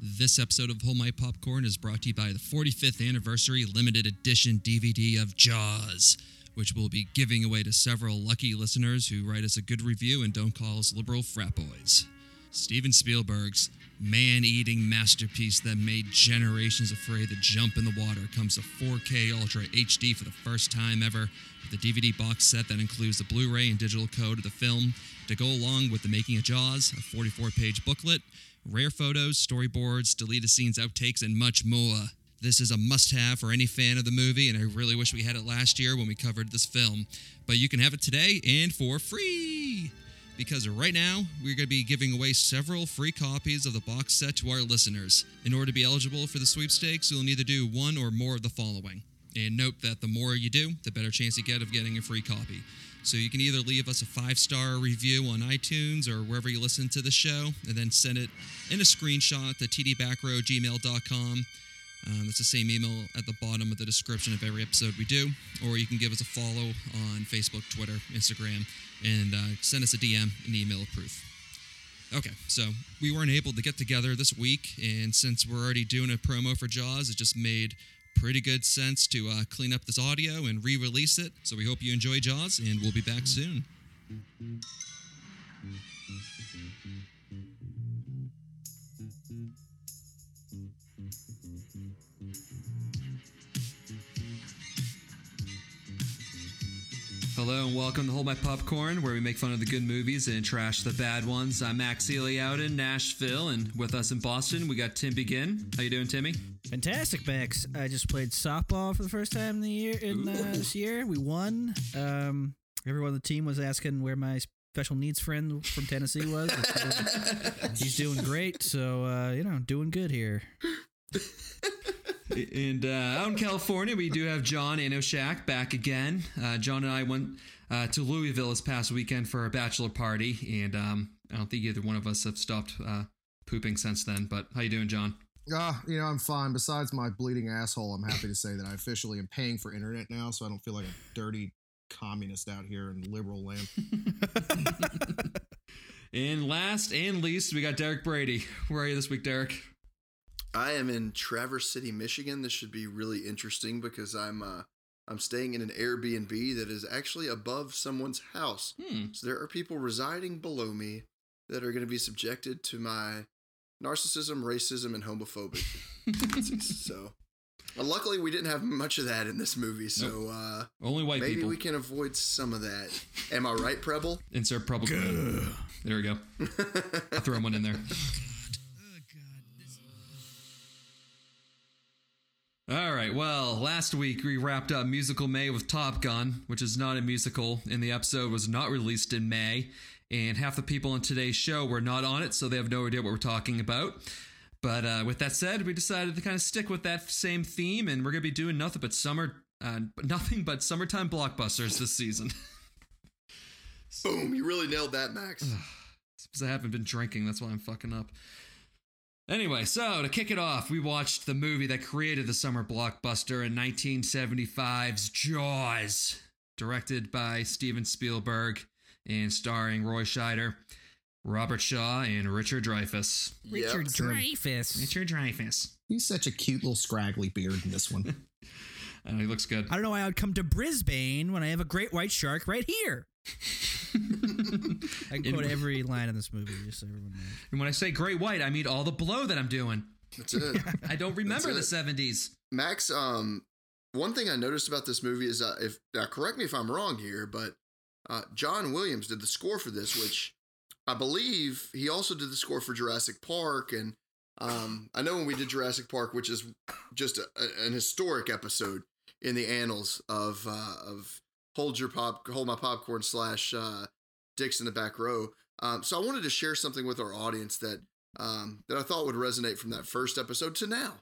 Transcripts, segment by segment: This episode of Hold My Popcorn is brought to you by the 45th anniversary limited edition DVD of Jaws, which we'll be giving away to several lucky listeners who write us a good review and don't call us liberal frat boys. Steven Spielberg's man eating masterpiece that made generations afraid to jump in the water comes to 4K Ultra HD for the first time ever with a DVD box set that includes the Blu ray and digital code of the film to go along with the making of Jaws, a 44 page booklet, rare photos, storyboards, deleted scenes, outtakes, and much more. This is a must have for any fan of the movie, and I really wish we had it last year when we covered this film. But you can have it today and for free! because right now we're going to be giving away several free copies of the box set to our listeners. In order to be eligible for the sweepstakes, you'll need to do one or more of the following. And note that the more you do, the better chance you get of getting a free copy. So you can either leave us a five star review on iTunes or wherever you listen to the show, and then send it in a screenshot to tdbackrowgmail.com. Um, that's the same email at the bottom of the description of every episode we do. Or you can give us a follow on Facebook, Twitter, Instagram, and uh, send us a DM, an email of proof. Okay, so we weren't able to get together this week, and since we're already doing a promo for Jaws, it just made pretty good sense to uh, clean up this audio and re release it. So we hope you enjoy Jaws, and we'll be back soon. Hello and welcome to Hold My Popcorn, where we make fun of the good movies and trash the bad ones. I'm Max Ely out in Nashville, and with us in Boston, we got Tim Begin. How you doing, Timmy? Fantastic, Max. I just played softball for the first time in the year in uh, this year. We won. Um, everyone on the team was asking where my special needs friend from Tennessee was. He's doing great, so uh, you know, doing good here. And uh, out in California, we do have John and Oshak back again. Uh, John and I went uh, to Louisville this past weekend for a bachelor party, and um, I don't think either one of us have stopped uh, pooping since then. But how you doing, John? Ah, you know, I'm fine. Besides my bleeding asshole, I'm happy to say that I officially am paying for internet now, so I don't feel like a dirty communist out here in liberal land. And last and least, we got Derek Brady. Where are you this week, Derek? I am in Traverse City, Michigan. This should be really interesting because I'm uh, I'm staying in an Airbnb that is actually above someone's house. Hmm. So there are people residing below me that are going to be subjected to my narcissism, racism, and homophobic. so, uh, luckily, we didn't have much of that in this movie. So uh, Only white maybe people. we can avoid some of that. Am I right, Preble? Insert probably. There we go. Throw one in there. All right. Well, last week we wrapped up Musical May with Top Gun, which is not a musical, and the episode was not released in May. And half the people on today's show were not on it, so they have no idea what we're talking about. But uh, with that said, we decided to kind of stick with that same theme, and we're going to be doing nothing but summer, uh, nothing but summertime blockbusters this season. Boom! You really nailed that, Max. because I haven't been drinking. That's why I'm fucking up. Anyway, so to kick it off, we watched the movie that created the summer blockbuster in 1975's Jaws, directed by Steven Spielberg and starring Roy Scheider, Robert Shaw, and Richard Dreyfuss. Richard Yep. Dreyfus. Richard Dreyfuss. He's such a cute little scraggly beard in this one. Uh, he looks good. I don't know why I would come to Brisbane when I have a great white shark right here. I can quote every line in this movie, just so everyone knows. And when I say great white, I mean all the blow that I'm doing. That's it. I don't remember the That's 70s. Max, um, one thing I noticed about this movie is uh, if now correct me if I'm wrong here, but uh, John Williams did the score for this, which I believe he also did the score for Jurassic Park. And um, I know when we did Jurassic Park, which is just a, a- an historic episode in the annals of uh, of hold your pop, hold my popcorn slash uh, dicks in the back row. Um, so I wanted to share something with our audience that um, that I thought would resonate from that first episode to now.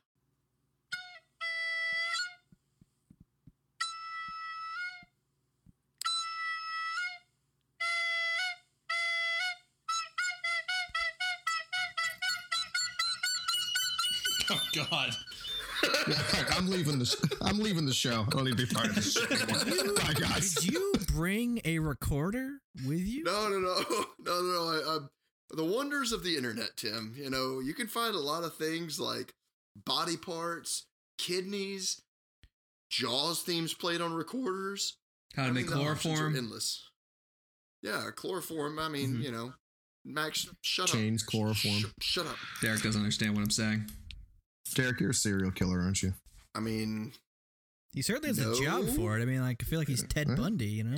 Oh, God. I'm leaving the sh- I'm leaving the show. I don't need to be part of this show anymore. Bye, guys. Did you bring a recorder with you? No, no, no, no, no, no. I, the wonders of the internet, Tim. You know, you can find a lot of things like body parts, kidneys, Jaws themes played on recorders. How to I make mean, the options are chloroform. endless. Yeah, chloroform. I mean, Mhm. you know, Max, shut Chains, up. Sh- chloroform. sh- shut up. Derek doesn't understand what I'm saying. Derek, you're a serial killer, aren't you? I mean, He certainly has a job No. for it. I mean, like I feel like he's Ted Huh? Bundy, you know.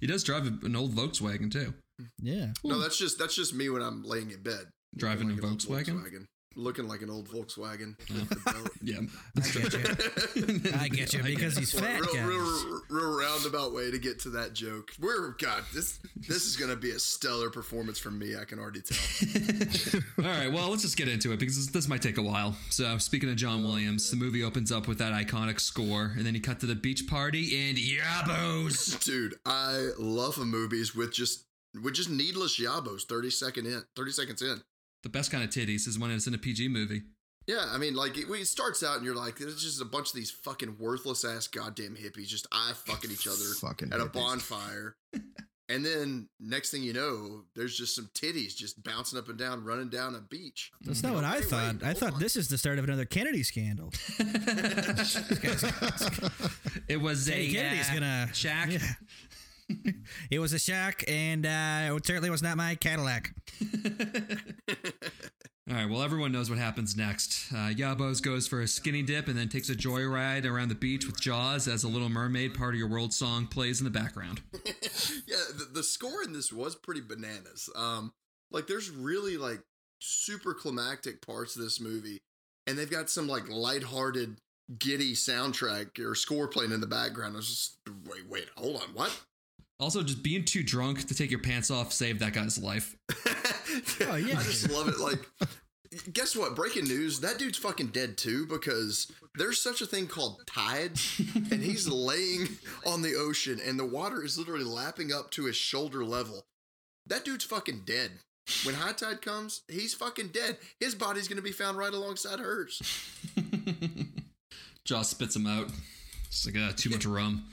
He does drive a- an old Volkswagen too. Yeah. no, that's just that's just me when I'm laying in bed. Driving Looking a like an old Volkswagen. Looking like an old Volkswagen. Oh. The belt. Yeah, I get you. I get you because he's Well, fat, real, guys. real, real, real roundabout way to get to that joke. We're God. This this is going to be a stellar performance from me. I can already tell. All right, well, let's just get into it because this, this might take a while. So, speaking of John Williams, the movie opens up with that iconic score, and then you cut to the beach party and yabos. Dude, I love the movies with just with just needless yabos. Thirty second in, thirty seconds in. The best kind of titties is when it's in a PG movie. Yeah, I mean, like it, it starts out and you're like, it's just a bunch of these fucking worthless ass goddamn hippies just eye fucking each other Fucking at a hippies. bonfire. And then next thing you know, there's just some titties just bouncing up and down, running down a beach. That's not what I Wait, thought. wait, I hold thought on. this is the start of another Kennedy scandal. It was Hey, a Kennedy's uh, gonna shack. Yeah. it was a shack, and uh, it certainly was not my Cadillac. All right, well, everyone knows what happens next. Uh, Yabos goes for a skinny dip and then takes a joyride around the beach with Jaws as a Little Mermaid Part of Your World song plays in the background. yeah, the, the score in this was pretty bananas. Um, like there's really like super climactic parts of this movie, and they've got some like lighthearted, giddy soundtrack or score playing in the background. I was just wait, wait, hold on, what? Also, just being too drunk to take your pants off saved that guy's life. Oh, yeah. I just love it. Like, guess what? Breaking news: that dude's fucking dead too because there's such a thing called tides, and he's laying on the ocean, and the water is literally lapping up to his shoulder level. That dude's fucking dead. When high tide comes, he's fucking dead. His body's gonna be found right alongside hers. Jaws spits him out. It's like uh, too much rum,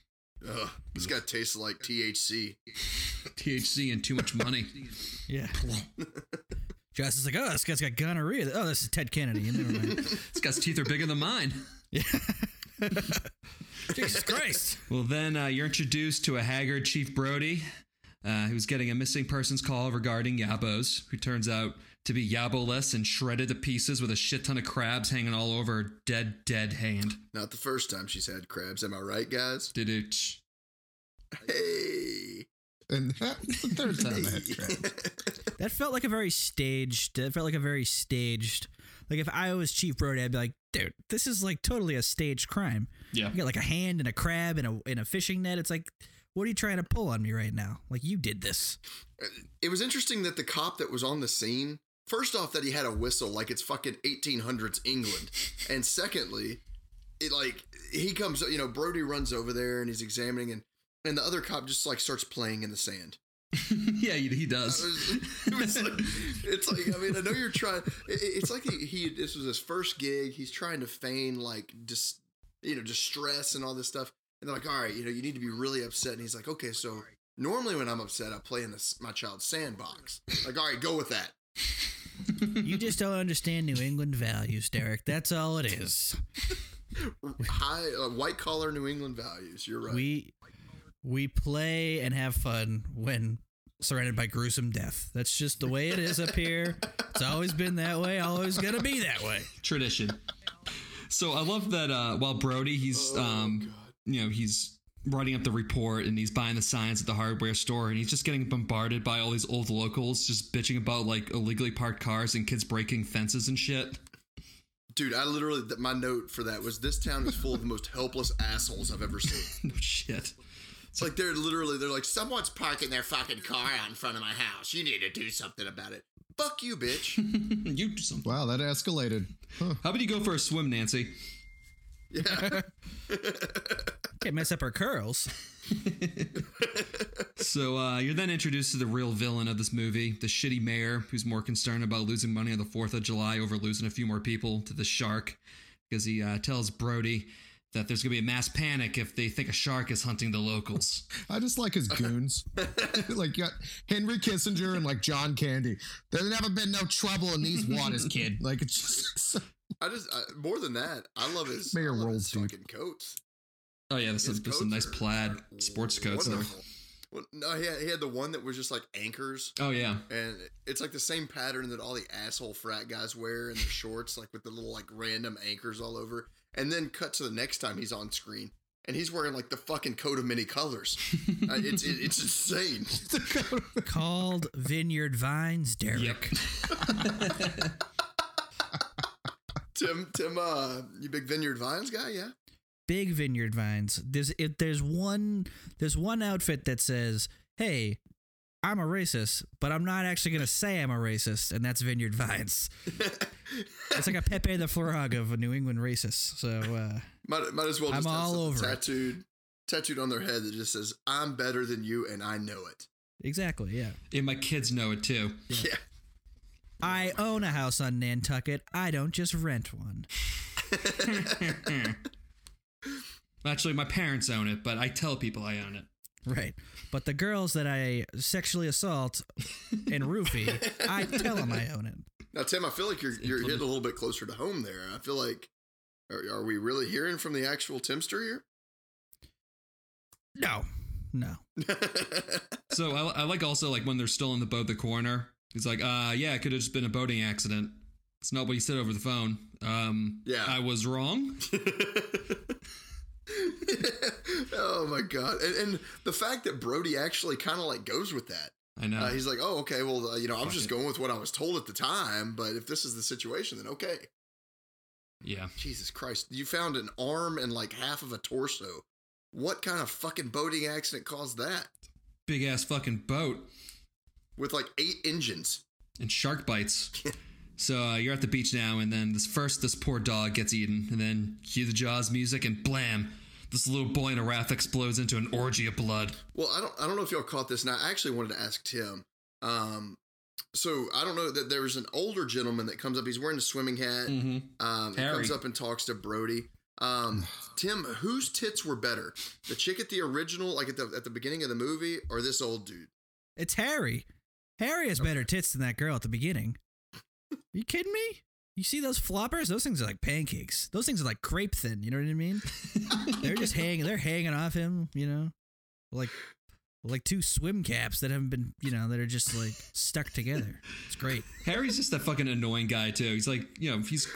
Ugh, this guy tastes like THC. THC, and too much money. Yeah. Josh is like, oh, this guy's got gonorrhea. Oh, this is Ted Kennedy. Never mind. This guy's teeth are bigger than mine. Jesus Christ. Well, then uh, you're introduced to a haggard Chief Brody, uh, who's getting a missing persons call regarding Yabos, who turns out to be Yaboless and shredded to pieces with a shit ton of crabs hanging all over her dead, dead hand. Not the first time she's had crabs. Am I right, guys? Did Hey. And that was the third time I had crap. That felt like a very staged. That felt like a very staged. Like if I was Chief Brody, I'd be like, dude, this is like totally a staged crime. Yeah. You got like a hand and a crab and a and a fishing net. It's like, what are you trying to pull on me right now? Like you did this. it was interesting that the cop that was on the scene first off that he had a whistle like it's fucking 1800s england and secondly it like he comes you know brody runs over there and he's examining and and the other cop just like starts playing in the sand yeah, he, he It does. was- it was like- it's like i mean i know you're trying it- it's like he, he this was his first gig he's trying to feign like dis, you know distress and all this stuff and they're like all right you know you need to be really upset and he's like okay so normally when i'm upset i play in this my child's sandbox like all right go with that You just don't understand New England values, Derek. That's all it is. high uh, white collar New England values. You're right. We we play and have fun when surrounded by gruesome death. That's just the way it is up here. It's always been that way. Always gonna be that way. Tradition. So I love that uh, while Brody, he's, um, you know, he's writing up the report and he's buying the signs at the hardware store and he's just getting bombarded by all these old locals just bitching about like illegally parked cars and kids breaking fences and shit. Dude, I literally th- my note for that was this town is full of the most helpless assholes I've ever seen. No shit. It's like they're literally they're like someone's parking their fucking car out in front of my house. You need to do something about it. Fuck you, bitch. You do something. Wow, that escalated. Huh. How about you go for a swim, Nancy? Yeah. Can't mess up our curls. So uh, you're then introduced to the real villain of this movie, the shitty mayor, who's more concerned about losing money on the Fourth of July over losing a few more people to the shark, because he uh, tells Brody that there's going to be a mass panic if they think a shark is hunting the locals. I just like his goons. like you got Henry Kissinger and like John Candy. There's never been no trouble in these waters, kid. Like it's just so- I just I, more than that. I love his Mayor I love his Rolls, dude. fucking coats. Oh yeah, this His is there's some coats nice are- plaid are sports coats. There. wonderful. Well, no, he had, he had the one that was just like anchors, Oh yeah, and it's like the same pattern that all the asshole frat guys wear in their shorts, like with the little like random anchors all over. And then cut to the next time he's on screen, and he's wearing like the fucking coat of many colors. uh, it's it, it's insane. Called Vineyard Vines, Derek. yep. Tim Tim, uh, you big Vineyard Vines guy, yeah. Big Vineyard Vines. There's it, there's one there's one outfit that says, "Hey, I'm a racist, but I'm not actually gonna say I'm a racist," and that's Vineyard Vines. it's like a Pepe the Frog of a New England racist. So uh, Might, might as well I'm just have all something over it. tattooed tattooed on their head that just says, "I'm better than you, and I know it." exactly, yeah. and my kids know it too. Yeah, I own a house on Nantucket. I don't just rent one. Actually, my parents own it, but I tell people I own it. Right. But the girls that I sexually assault and roofie, I tell them I own it. Now, Tim, I feel like you're you're hitting a little bit closer to home there. I feel like are, are we really hearing from the actual Timster here? No. No. So I, I like also like when they're still in the boat, the coroner. He's like, uh, yeah, it could have just been a boating accident. It's not what you said over the phone. Um, Yeah. I was wrong. oh my god! And, and the fact that Brody actually kind of like goes with that. I know. Uh, he's like, "Oh, okay. Well, uh, you know, I'm Fuck just it. going with what I was told at the time. But if this is the situation, then okay." yeah. Jesus Christ, you found an arm and like half of a torso. What kind of fucking boating accident caused that? Big ass fucking boat With like eight engines. and shark bites. so uh, you're at the beach now, and then this first this poor dog gets eaten, and then cue the Jaws music, and blam, this little boy in a raft explodes into an orgy of blood. Well, I don't I don't know if y'all caught this, and I actually wanted to ask Tim. Um, so I don't know that there was an older gentleman that comes up. He's wearing a swimming hat. Mm-hmm. Um, he Harry. comes up and talks to Brody. Um, Tim, whose tits were better, the chick at the original, like at the at the beginning of the movie, or this old dude? It's Harry. Harry has better tits than that girl at the beginning. you kidding me? You see those floppers? Those things are like pancakes. Those things are like crepe thin. You know what I mean? they're just hanging. They're hanging off him. You know, like like two swim caps that haven't been. You know, that are just like stuck together. It's great. Harry's just that fucking annoying guy too. He's like, you know, he's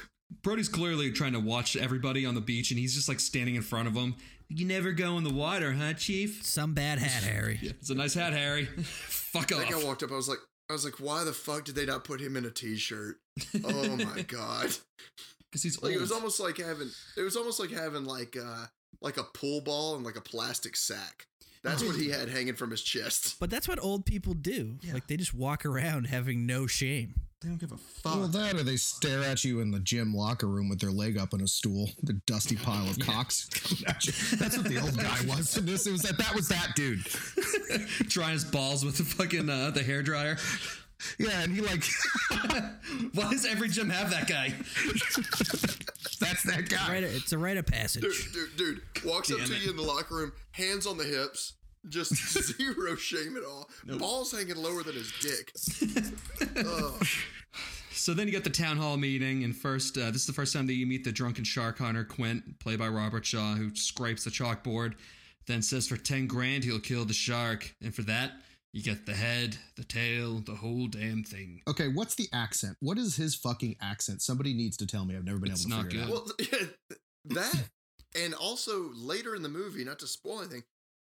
Brody's clearly trying to watch everybody on the beach, and he's just like standing in front of him. You never go in the water, huh, Chief? Some bad hat, Harry. It's a nice hat, Harry. Fuck That guy off. walked up. I was like, I was like, why the fuck did they not put him in a t-shirt? Oh my god. Because he's old. Like it was almost like having it was almost like having like uh like a pool ball and like a plastic sack. That's what he had hanging from his chest. But that's what old people do. Like they just walk around having no shame. they don't give a fuck. well that or they stare at you in the gym locker room with their leg up on a stool, the dusty pile of cocks. coming at you. That's what the old guy was in this. It was that that was that dude. Drying his balls with the fucking uh, the hair dryer. Yeah, and he like Why does every gym have that guy? that's that guy. Right, it's a rite of Dude, passage. dude, dude walks up Damn to it. you in the locker room, hands on the hips, just zero shame at all. Balls hanging lower than his dick. So then you got the town hall meeting, and first, uh, this is the first time that you meet the drunken shark hunter Quint, played by Robert Shaw, who scrapes the chalkboard, then says for ten grand he'll kill the shark, and for that you get the head, the tail, the whole damn thing. Okay, what's the accent? What is his fucking accent? Somebody needs to tell me. I've never been It's able to not figure it out. good. Well, that and also later in the movie, not to spoil anything,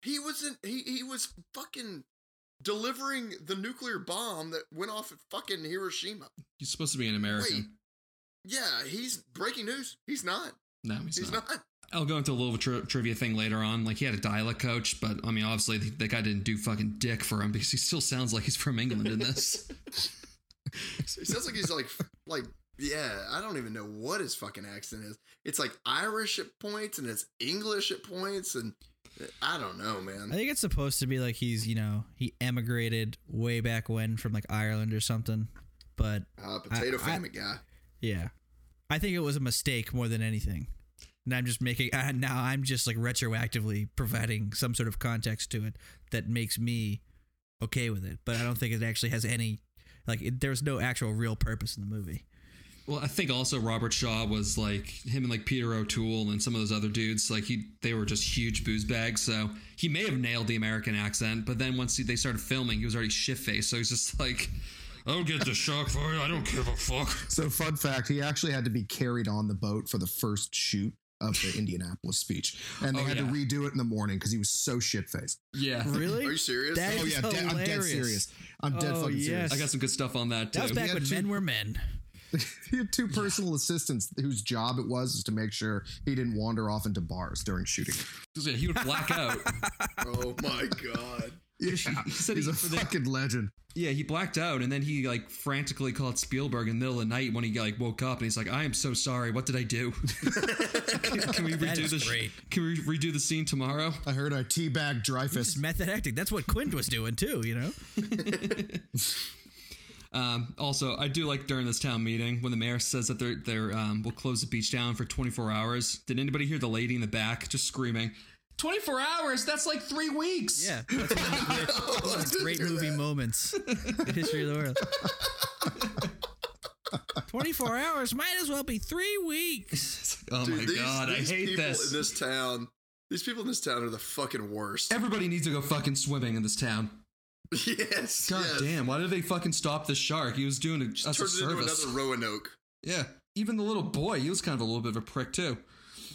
he wasn't. He he was fucking delivering the nuclear bomb that went off at fucking Hiroshima. He's supposed to be an American. Wait. Yeah, he's breaking news. He's not. No, he's, He's not. not. I'll go into a little tri- trivia thing later on. Like he had a dialect coach, but I mean, obviously the, that guy didn't do fucking dick for him because he still sounds like he's from England in this. It sounds like he's like like yeah, I don't even know what his fucking accent is. It's like Irish at points and it's English at points and I don't know, I man. think it's supposed to be like he's, you know, he emigrated way back when from like Ireland or something. But Uh, potato I- I- famine guy. yeah, I think it was a mistake more than anything. and I'm just making uh, now I'm just like retroactively providing some sort of context to it that makes me okay with it, but I don't think it actually has any like it, there's no actual real purpose in the movie. Well, I think also Robert Shaw was like him and like Peter O'Toole and some of those other dudes. Like he, they were just huge booze bags. So he may have nailed the American accent, but then once he, they started filming, he was already shit faced. So he's just like, "I'll get the shock for it. I don't give a fuck." So, fun fact: he actually had to be carried on the boat for the first shoot of the Indianapolis speech, and they Oh, had to yeah. redo it in the morning because he was so shit faced. Yeah, Really? Are you serious? That- Oh It's yeah, de- I'm dead hilarious. serious. I'm dead Oh, fucking yes. serious. I got some good stuff on that too. That was back had when two- men were men. He had two personal assistants whose job it was to make sure he didn't wander off into bars during shooting. Yeah, he would black out. oh my god. he said he's he- a for the- fucking legend. Yeah, he blacked out, and then he like frantically called Spielberg in the middle of the night when he like woke up, and he's like, "I am so sorry. What did I do? can, can we That redo is the sh- great. Can we redo the scene tomorrow?" I heard I teabagged Dreyfus. It's method acting. That's what Quint was doing too. You know. Um, also, I do like during this town meeting when the mayor says that they're they're um, will close the beach down for 24 hours. Did anybody hear the lady in the back just screaming? 24 hours? That's like three weeks. Yeah. That's one of the great, one of the great movie moments in the history of the world. 24 hours might as well be three weeks. Oh my Dude, these- god, these I hate people this. in this town. These people in this town are the fucking worst. Everybody needs to go fucking swimming in this town. yes. God yes. damn! Why did they fucking stop the shark? He was doing a, us a Turned it into service. another Roanoke. Yeah. Even the little boy, he was kind of a little bit of a prick too.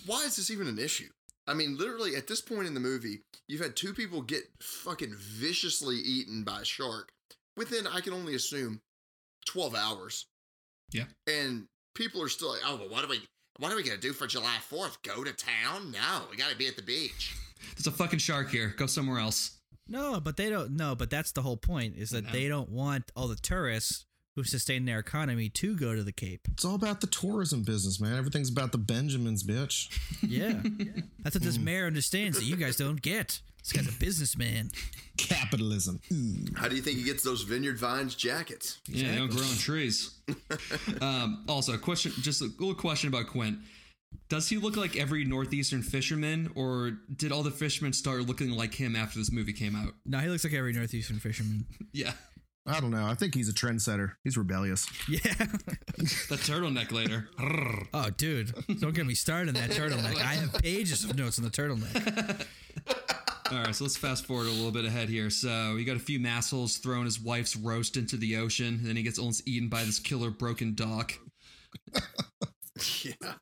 Why is this even an issue? I mean, literally, at this point in the movie, you've had two people get fucking viciously eaten by a shark within, I can only assume, 12 hours. Yeah. And people are still like, oh, well, what do we. What are we gonna do for July Fourth? Go to town? No, we gotta be at the beach. There's a fucking shark here. Go somewhere else. No, but they don't. No, but that's the whole point is that they don't want all the tourists who sustain their economy to go to the Cape. It's all about the tourism business, man. Everything's about the Benjamins, bitch. Yeah. That's what this mayor understands that you guys don't get. This guy's a businessman. Capitalism. Hmm. Ooh. How do you think he gets those vineyard vines jackets? Yeah, they don't grow on trees. um, also, a question, just a little question about Quint. Does he look like every northeastern fisherman, or did all the fishermen start looking like him after this movie came out? No, he looks like every Northeastern fisherman. Yeah, I don't know. I think he's a trendsetter. He's rebellious. Yeah. the turtleneck later. Oh, dude. Don't get me started on that turtleneck. I have pages of notes on the turtleneck. All right, so let's fast forward a little bit ahead here. So he got a few massholes throwing his wife's roast into the ocean, and then he gets almost eaten by this killer broken dock. Yeah,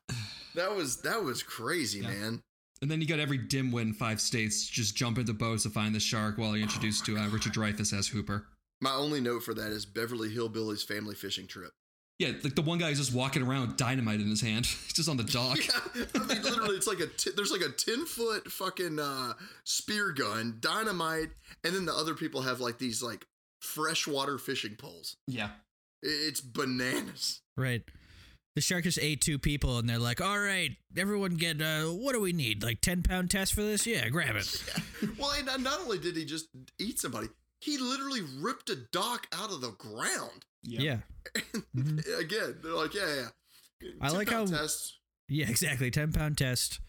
that was that was crazy, man. And then you got every dimwit in five states just jump into boats to find the shark while you're introduced to uh, Richard Dreyfuss as Hooper. My only note for that is Beverly Hillbillies family fishing trip. Yeah, like the one guy who's just walking around with dynamite in his hand, He's just on the dock. I mean, literally, it's like a t- there's like a ten foot fucking uh, spear gun, dynamite, and then the other people have like these like freshwater fishing poles. yeah. I- It's bananas. Right. The shark just ate two people, and they're like, "All right, everyone, get uh, what do we need? Like ten pound test for this? Yeah, grab it." Well, and uh, not- not only did he just eat somebody, he literally ripped a dock out of the ground. Yeah, Mm-hmm. Again, they're like, yeah, yeah. I like Two-pound how- test. yeah, exactly. Ten pound test,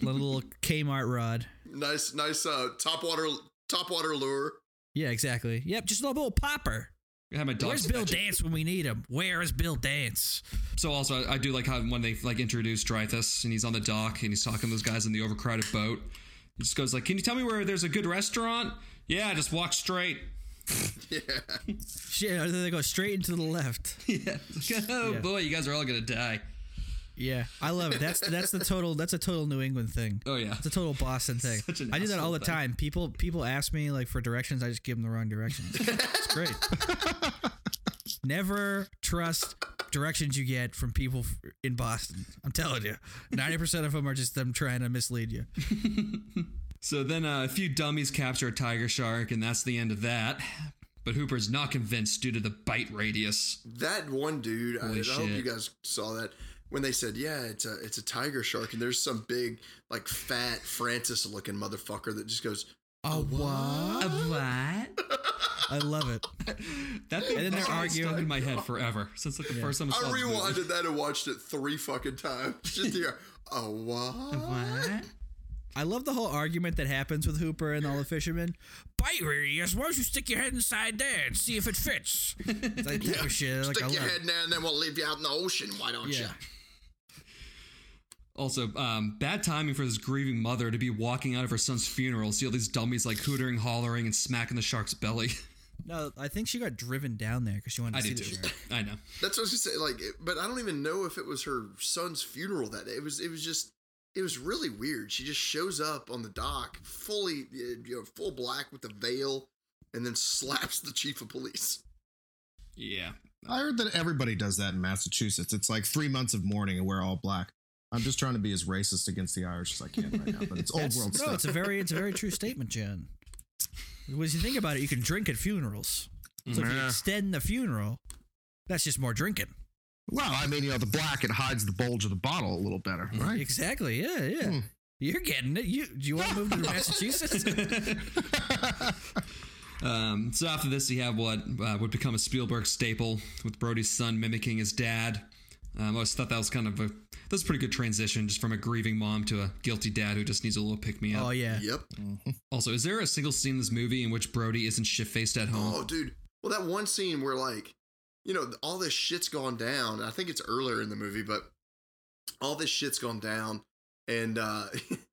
little Kmart rod. nice, nice uh, top water top water lure. Yeah, exactly. Yep, just a little popper. I had my dog. Where's Bill scratch it. Dance when we need him? Where is Bill Dance? So also, I, I do like how when they like introduce Dreyfus and he's on the dock and he's talking to those guys in the overcrowded boat. He just goes like, "Can you tell me where there's a good restaurant?" Yeah, just walk straight. Yeah, Shit, and then they go straight into the left. Yeah. oh boy, you guys are all gonna die. Yeah, I love it. That's that's the total. That's a total New England thing. Oh yeah. It's a total Boston thing. Such an I do that all asshole the thing. time. People people ask me like for directions, I just give them the wrong directions. it's great. Never trust directions you get from people f- in Boston. I'm telling you, ninety percent of them are just them trying to mislead you. So then uh, a few dummies capture a tiger shark, and that's the end of that. But Hooper's not convinced due to the bite radius. that one dude. I, Holy I hope shit. you guys saw that when they said, "Yeah, it's a it's a tiger shark," and there's some big like fat Francis looking motherfucker that just goes, Oh what? what? I love it. That thing, And then that they're song is arguing. stuck in my head forever since like the Yeah. first time I I saw this movie. rewinded that and watched it three fucking times. Just here. Oh, what? What? I love the whole argument that happens with Hooper and all the fishermen. Bite your ears. Why don't you stick your head inside there and see if it fits? It's like that shit. Like, I Stick your love it. head in there and then we'll leave you out in the ocean. Why don't Yeah. Also, um, bad timing for this grieving mother to be walking out of her son's funeral, see all these dummies like hootering, hollering, and smacking the shark's belly. No, I think she got driven down there because she wanted to I see do the too. shark. I know. That's what I was gonna say. Like, it- but I don't even know if it was her son's funeral that day. It was. It was just. It was really weird. She just shows up on the dock, fully, uh, you know, full black with a veil, and then slaps the chief of police. Yeah. I heard that everybody does that in Massachusetts. It's like three months of mourning and we're all black. I'm just trying to be as racist against the Irish as I can right now, but it's old That's- world No, stuff. it's a very, it's a very true statement, Jen. When you think about it, you can drink at funerals. So if you extend the funeral, that's just more drinking. Well, I mean, you know, the black it hides the bulge of the bottle a little better, right? Exactly. Yeah, yeah. Hmm. You're getting it. You do you want to move to Massachusetts? Um, so after this, you have what uh, would become a Spielberg staple with Brody's son mimicking his dad. Um, I always thought that was kind of a that's a pretty good transition, just from a grieving mom to a guilty dad who just needs a little pick me up. Oh yeah. Yep. Also, is there a single scene in this movie in which Brody isn't shit faced at home? Oh, dude. Well, that one scene where like, you know, all this shit's gone down. and I think it's earlier in the movie, but all this shit's gone down, and uh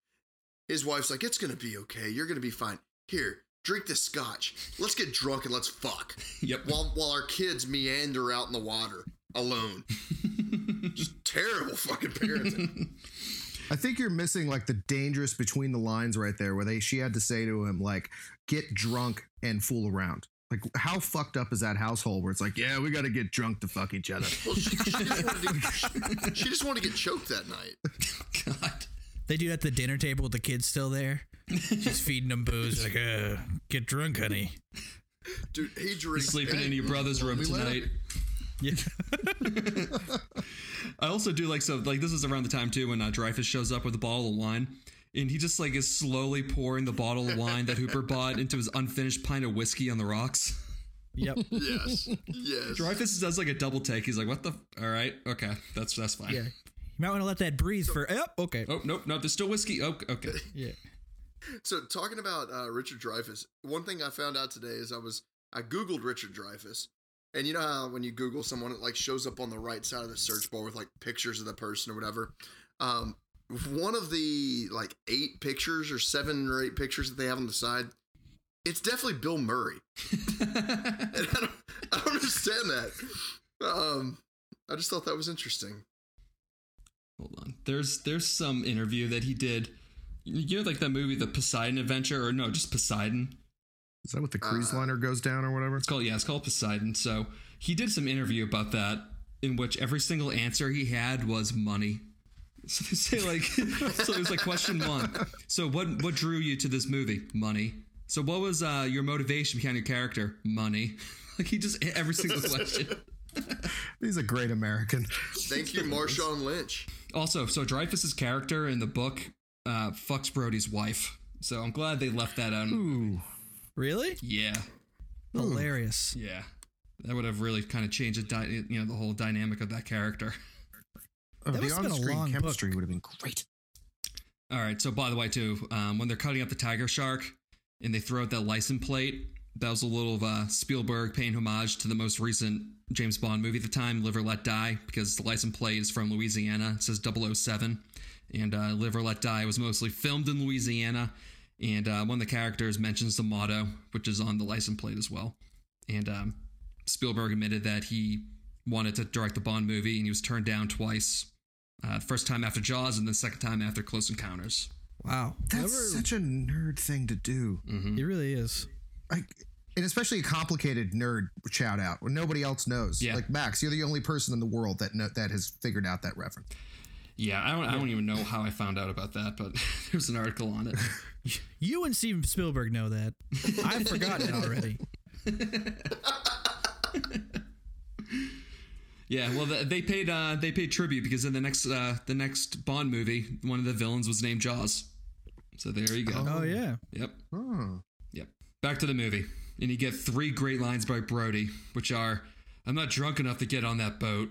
his wife's like, "It's gonna be okay. You're gonna be fine. Here, drink this scotch. Let's get drunk and let's fuck." Oh. Yep. While while our kids meander out in the water alone. Just terrible fucking parenting. I think you're missing like the dangerous between the lines right there, where they she had to say to him like, "Get drunk and fool around." Like, how fucked up is that household where it's like, "Yeah, we got to get drunk to fuck each other." Well, she, she just wanted to, she just wanted to get choked that night. God. They do it at the dinner table with the kids still there. She's feeding them booze. Like, uh, get drunk, honey. Dude, he drinks Sleeping in your brother's room we let tonight. Yeah. I also do like so like this is around the time too when uh, Dreyfus shows up with a bottle of wine, and he just like is slowly pouring the bottle of wine that Hooper bought into his unfinished pint of whiskey on the rocks. Yep. Yes, yes. Dreyfus does like a double take. He's like, "What the? F- All right, okay, that's that's fine." Yeah. You might want to let that breathe for. Yep. Okay. Oh nope, no, there's still whiskey. Oh, okay. Yeah. So talking about uh, Richard Dreyfuss, one thing I found out today is I was I googled Richard Dreyfuss, and you know how when you Google someone, it like shows up on the right side of the search bar with like pictures of the person or whatever. Um, one of the like eight pictures or seven or eight pictures that they have on the side, it's definitely Bill Murray, and I don't, I don't understand that. Um, I just thought that was interesting. Hold on. There's there's some interview that he did. You know, like that movie, The Poseidon Adventure, or no, just Poseidon. Is that what the cruise Uh, liner goes down or whatever? It's called yeah, it's called Poseidon. So he did some interview about that, in which every single answer he had was money. So they say like, so it was like question one. So what what drew you to this movie? Money. So what was uh, your motivation behind your character? Money. Like he just every single question. He's a great American. Thank you, Marshawn Lynch. Also, so Dreyfus's character in the book uh, fucks Brody's wife. So I'm glad they left that out. Ooh, Really? Yeah, Hmm. Hilarious. yeah. That would have really kind of changed the di- you know the whole dynamic of that character. Oh, That the must've been a on-screen long book. chemistry would have been great. All right. So by the way, too, um, when they're cutting up the tiger shark and they throw out that license plate, that was a little of uh, Spielberg paying homage to the most recent James Bond movie at the time, Live or Let Die, because the license plate is from Louisiana. It says 007. And uh, Live or Let Die was mostly filmed in Louisiana. And uh, one of the characters mentions the motto, which is on the license plate as well. And um, Spielberg admitted that he wanted to direct the Bond movie and he was turned down twice uh, the first time after Jaws, and the second time after Close Encounters. Wow. That's Whoever- such a nerd thing to do. it really is. like and especially a complicated nerd shout out where nobody else knows. Yeah. Like Max, you're the only person in the world that know, that has figured out that reference. Yeah, I don't, I don't even know how I found out about that, but there's an article on it. You and Steven Spielberg know that. I've forgotten it already. Yeah, well, th- they paid uh, they paid tribute because in the next uh, the next Bond movie, one of the villains was named Jaws. So there you go. Oh yeah. Yep, Oh. yep. Back to the movie. and you get three great lines by Brody, which are, "I'm not drunk enough to get on that boat."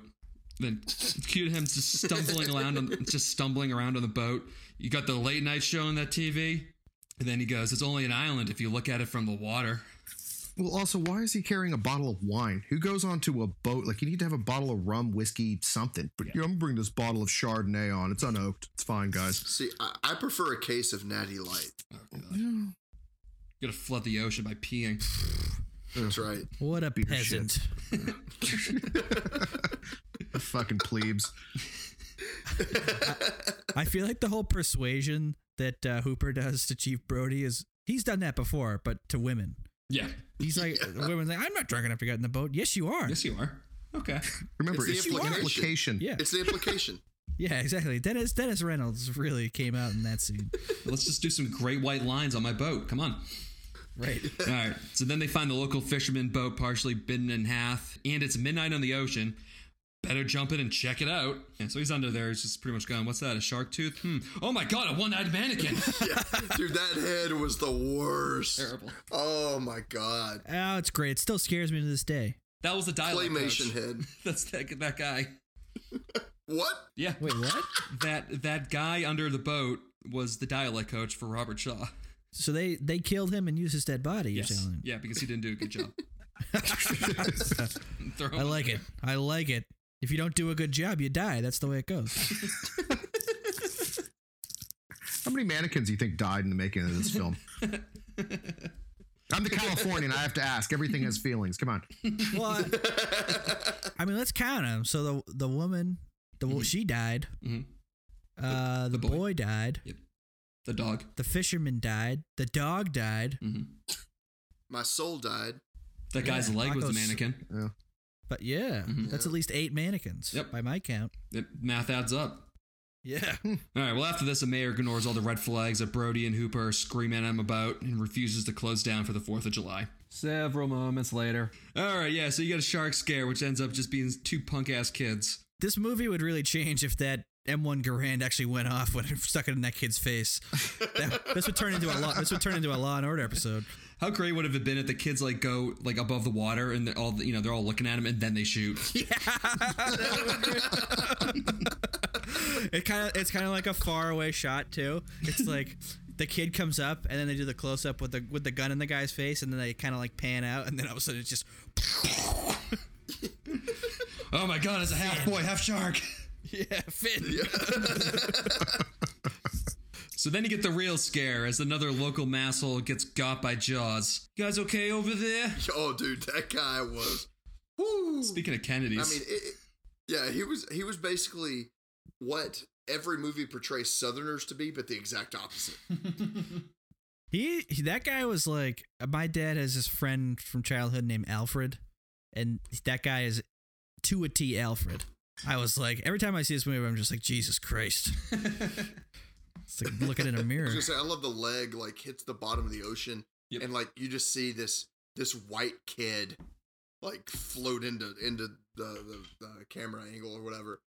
Then cue him just stumbling around, on, just stumbling around on the boat. You got the late night show on that TV, and then he goes, "It's only an island if you look at it from the water." Well, also, why is he carrying a bottle of wine? Who goes onto a boat? Like, you need to have a bottle of rum, whiskey, something. But yeah, I'm gonna bring this bottle of Chardonnay on. It's unoaked. It's fine, guys. See, I, I prefer a case of Natty Light. You're gonna flood the ocean by peeing. That's right. What a Beaver peasant. Fucking plebes. I feel like the whole persuasion that uh, Hooper does to Chief Brody is he's done that before, but to women. Yeah. He's like, the women's like, I'm not drunk enough to get in the boat. Yes, you are. Yes, you are. Okay. Remember, It's the it's, the implication. implication. Yeah. It's the implication. Yeah, exactly. Dennis Dennis Reynolds really came out in that scene. Let's just do some great white lines on my boat. Come on. Right. All right. So then they find the local fisherman boat partially bitten in half, and it's midnight on the ocean. Better jump in and check it out. And so he's under there. He's just pretty much going, "What's that? A shark tooth? Hmm. Oh my god, a one-eyed mannequin." yeah. Dude, that head was the worst. Terrible. Oh my god. Oh, it's great. It still scares me to this day. That was the dialogue. Claymation coach. head. That's that, that guy. What? Yeah. Wait, what? That that guy under the boat was the dialect coach for Robert Shaw. So they they killed him and used his dead body. You're telling me. Yeah, because he didn't do a good job. Throw him I in like it. I like it. If you don't do a good job, you die. That's the way it goes. How many mannequins do you think died in the making of this film? I'm the Californian. I have to ask. Everything has feelings. Come on. well, I, I mean, let's count them. So the the woman, the wo- she died. Mhm. Uh, Mm-hmm. the, boy. boy. died. The dog. The fisherman died. The dog died. My soul died. That guy's Yeah, leg was the Rocco's- mannequin. But yeah, that's at least eight mannequins. Yep. by my count. It, math adds up. Yeah. All right. Well, after this, the mayor ignores all the red flags that Brody and Hooper are screaming at him about and refuses to close down for the Fourth of July. Several moments later. All right. Yeah. So you got a shark scare, which ends up just being two punk ass kids. this movie would really change if that M1 Garand actually went off when it stuck it in that kid's face. That- this would turn into a law. This would turn into a Law and Order episode. How great would it have been if the kids like go like above the water and they're all you know they're all looking at him and then they shoot. It kind of it's kind of like a faraway shot too. It's like the kid comes up and then they do the close up with the with the gun in the guy's face and then they kind of like pan out and then all of a sudden it's just oh my god! It's a half boy, half shark. yeah Finn. So then you get the real scare as another local masshole gets got by Jaws. You guys okay over there? Oh, dude, that guy was. Speaking of Kennedy's, I mean, it, it- yeah, he was. He was basically what every movie portrays Southerners to be, but the exact opposite. He, he- that guy was like my dad has his friend from childhood named Alfred, and that guy is to a T Alfred. I was like every time I see this movie, I'm just like Jesus Christ. it's like looking in a I mirror. was gonna say, I love the leg like hits the bottom of the ocean, Yep. and like you just see this this white kid like float into into the the, the camera angle or whatever.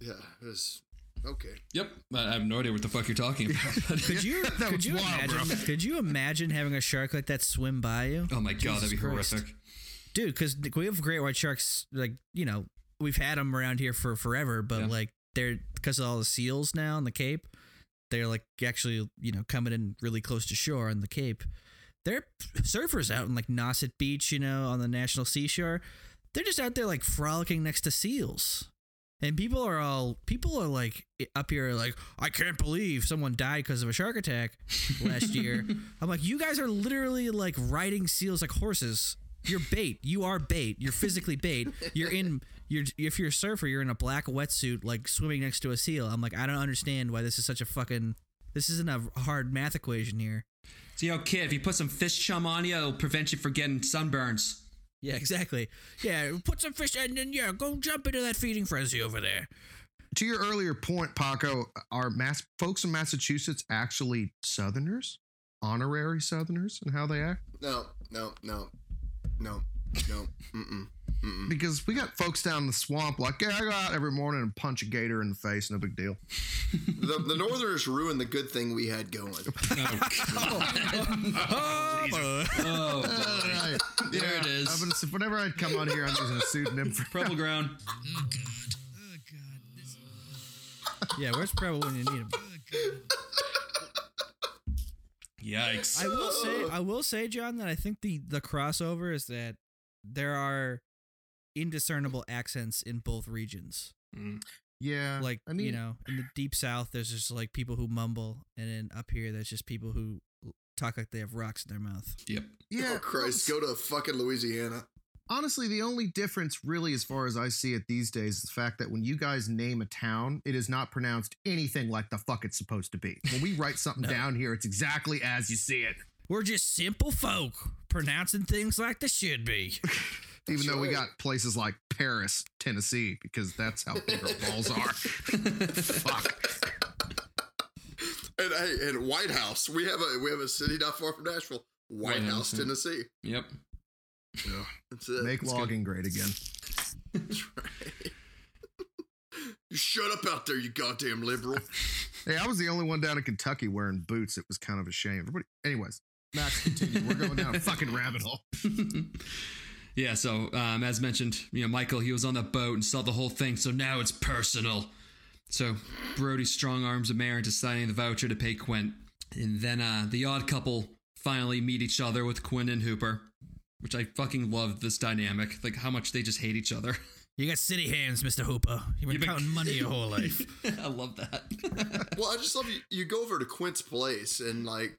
Yeah, it was okay. yep. I I have no idea what the fuck you're talking about. Could you That could was you wild, bro. imagine? Could you imagine having a shark like that swim by you, oh my god, Jesus that'd be Christ. horrific. dude? Because we have great white sharks. Like you know, we've had them around here for forever, but Yeah. like they're because of all the seals now in the Cape, they're like actually you know coming in really close to shore in the Cape. They're surfers out in like Nauset Beach, you know, on the national seashore. They're just out there like frolicking next to seals. And people are all people are like up here like I can't believe someone died because of a shark attack last year. I'm like you guys are literally like riding seals like horses. You're bait. You are bait. You're physically bait. You're in you're if you're a surfer, you're in a black wetsuit like swimming next to a seal. I'm like I don't understand why this is such a fucking this isn't a hard math equation here. So, yo, kid, if you put some fish chum on you, it'll prevent you from getting sunburns. Yeah, exactly. Yeah, put some fish and then yeah, go jump into that feeding frenzy over there. To your earlier point, Paco, are mass folks in Massachusetts actually Southerners, honorary Southerners, and how they act? No, no, no, no, no. Mm-mm. Mm-mm. because we got folks down in the swamp like, yeah, I go out every morning and punch a gator in the face, no big deal. The, the Northerners ruined the good thing we had going. Oh, All boy. right. There it is. I'm gonna, so Uh, whenever I'd come on here, I'm just gonna pseudonym for Purple ground. Oh god. Oh god. This, Yeah, where's Preble when you need him? oh god. Yikes. I will say, I will say, John, that I think the the crossover is that there are indiscernible accents in both regions. Mm, yeah. Like Uh, I mean, you know, in the deep south, there's just like people who mumble, and then up here, there's just people who talk like they have rocks in their mouth. Yep. yeah. oh, Christ, go to fucking Louisiana. honestly, the only difference, really, as far as I see it these days, is the fact that when you guys name a town, it is not pronounced anything like the fuck it's supposed to be. When we write something down here, it's exactly as you see it. We're just simple folk pronouncing things like they should be. Even though we right. got places like Paris, Tennessee, because that's how big our balls are. Fuck. And hey, and White House. We have a we have a city not far from Nashville. White, White House, House, yeah. Tennessee. Yep. That's it. Make logging great again. you shut up out there, you goddamn liberal. Hey, I was the only one down in Kentucky wearing boots. It was kind of a shame. Everybody, anyways, Max, continue. We're going down a fucking rabbit hole. Yeah, so um, as mentioned, you know, Michael, he was on the boat and saw the whole thing, so now it's personal. So Brody strong arms a mayor into signing the voucher to pay Quint. And then uh, the odd couple finally meet each other with Quinn and Hooper, which I fucking love this dynamic. Like how much they just hate each other. You got city hands, Mister Hooper. You've been You've been- counting money your whole life. I love that. well, I just love you. You go over to Quint's place and like,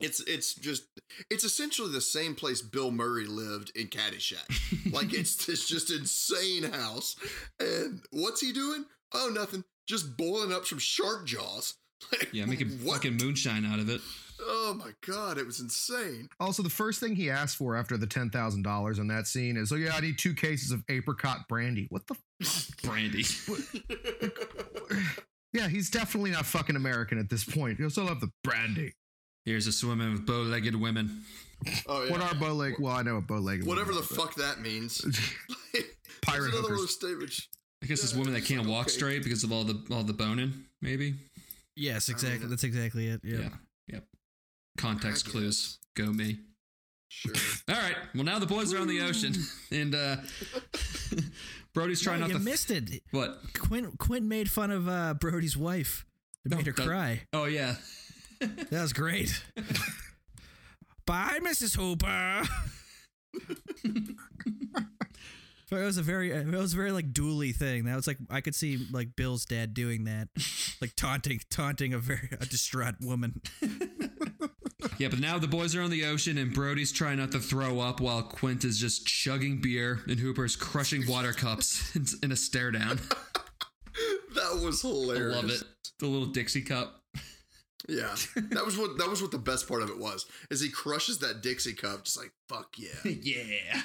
it's it's just it's essentially the same place Bill Murray lived in Caddyshack. like it's this just insane house. And what's he doing? Oh, nothing. Just boiling up some shark jaws. Like, yeah, making what? fucking moonshine out of it. Oh my god, it was insane. Also, the first thing he asked for after the ten thousand dollars in that scene is, "Oh yeah, I need two cases of apricot brandy." What the? Brandy. Yeah, he's definitely not fucking American at this point. He'll still have the brandy. Here's a swimming with bow-legged women. Oh yeah. What are bow leg? Well, I know what bow leg. Whatever the fuck that means. Like, that's Pirate another one of hookers. those statements. I guess this woman that can't walk straight because of all the all the boning, maybe. Yes, exactly. That's exactly it. Yeah. Yeah. Yep. Context I clues. Go me. Sure. All right. Well, now the boys are on the ocean, and uh Brody's trying No, not you to. missed it. what? Quint Quint made fun of uh, Brody's wife. It made her that- cry. Oh yeah. That was great. Bye, Mrs. Hooper. So it was a very, it was a very like dually thing. That was like I could see like Bill's dad doing that, like taunting, taunting a very a distraught woman. Yeah, but now the boys are on the ocean, and Brody's trying not to throw up while Quint is just chugging beer, and Hooper's crushing water cups in, in a stare down. That was I hilarious. love it. The little Dixie cup. Yeah, that was what that was what the best part of it was. Is he crushes that Dixie cup, just like fuck yeah. yeah.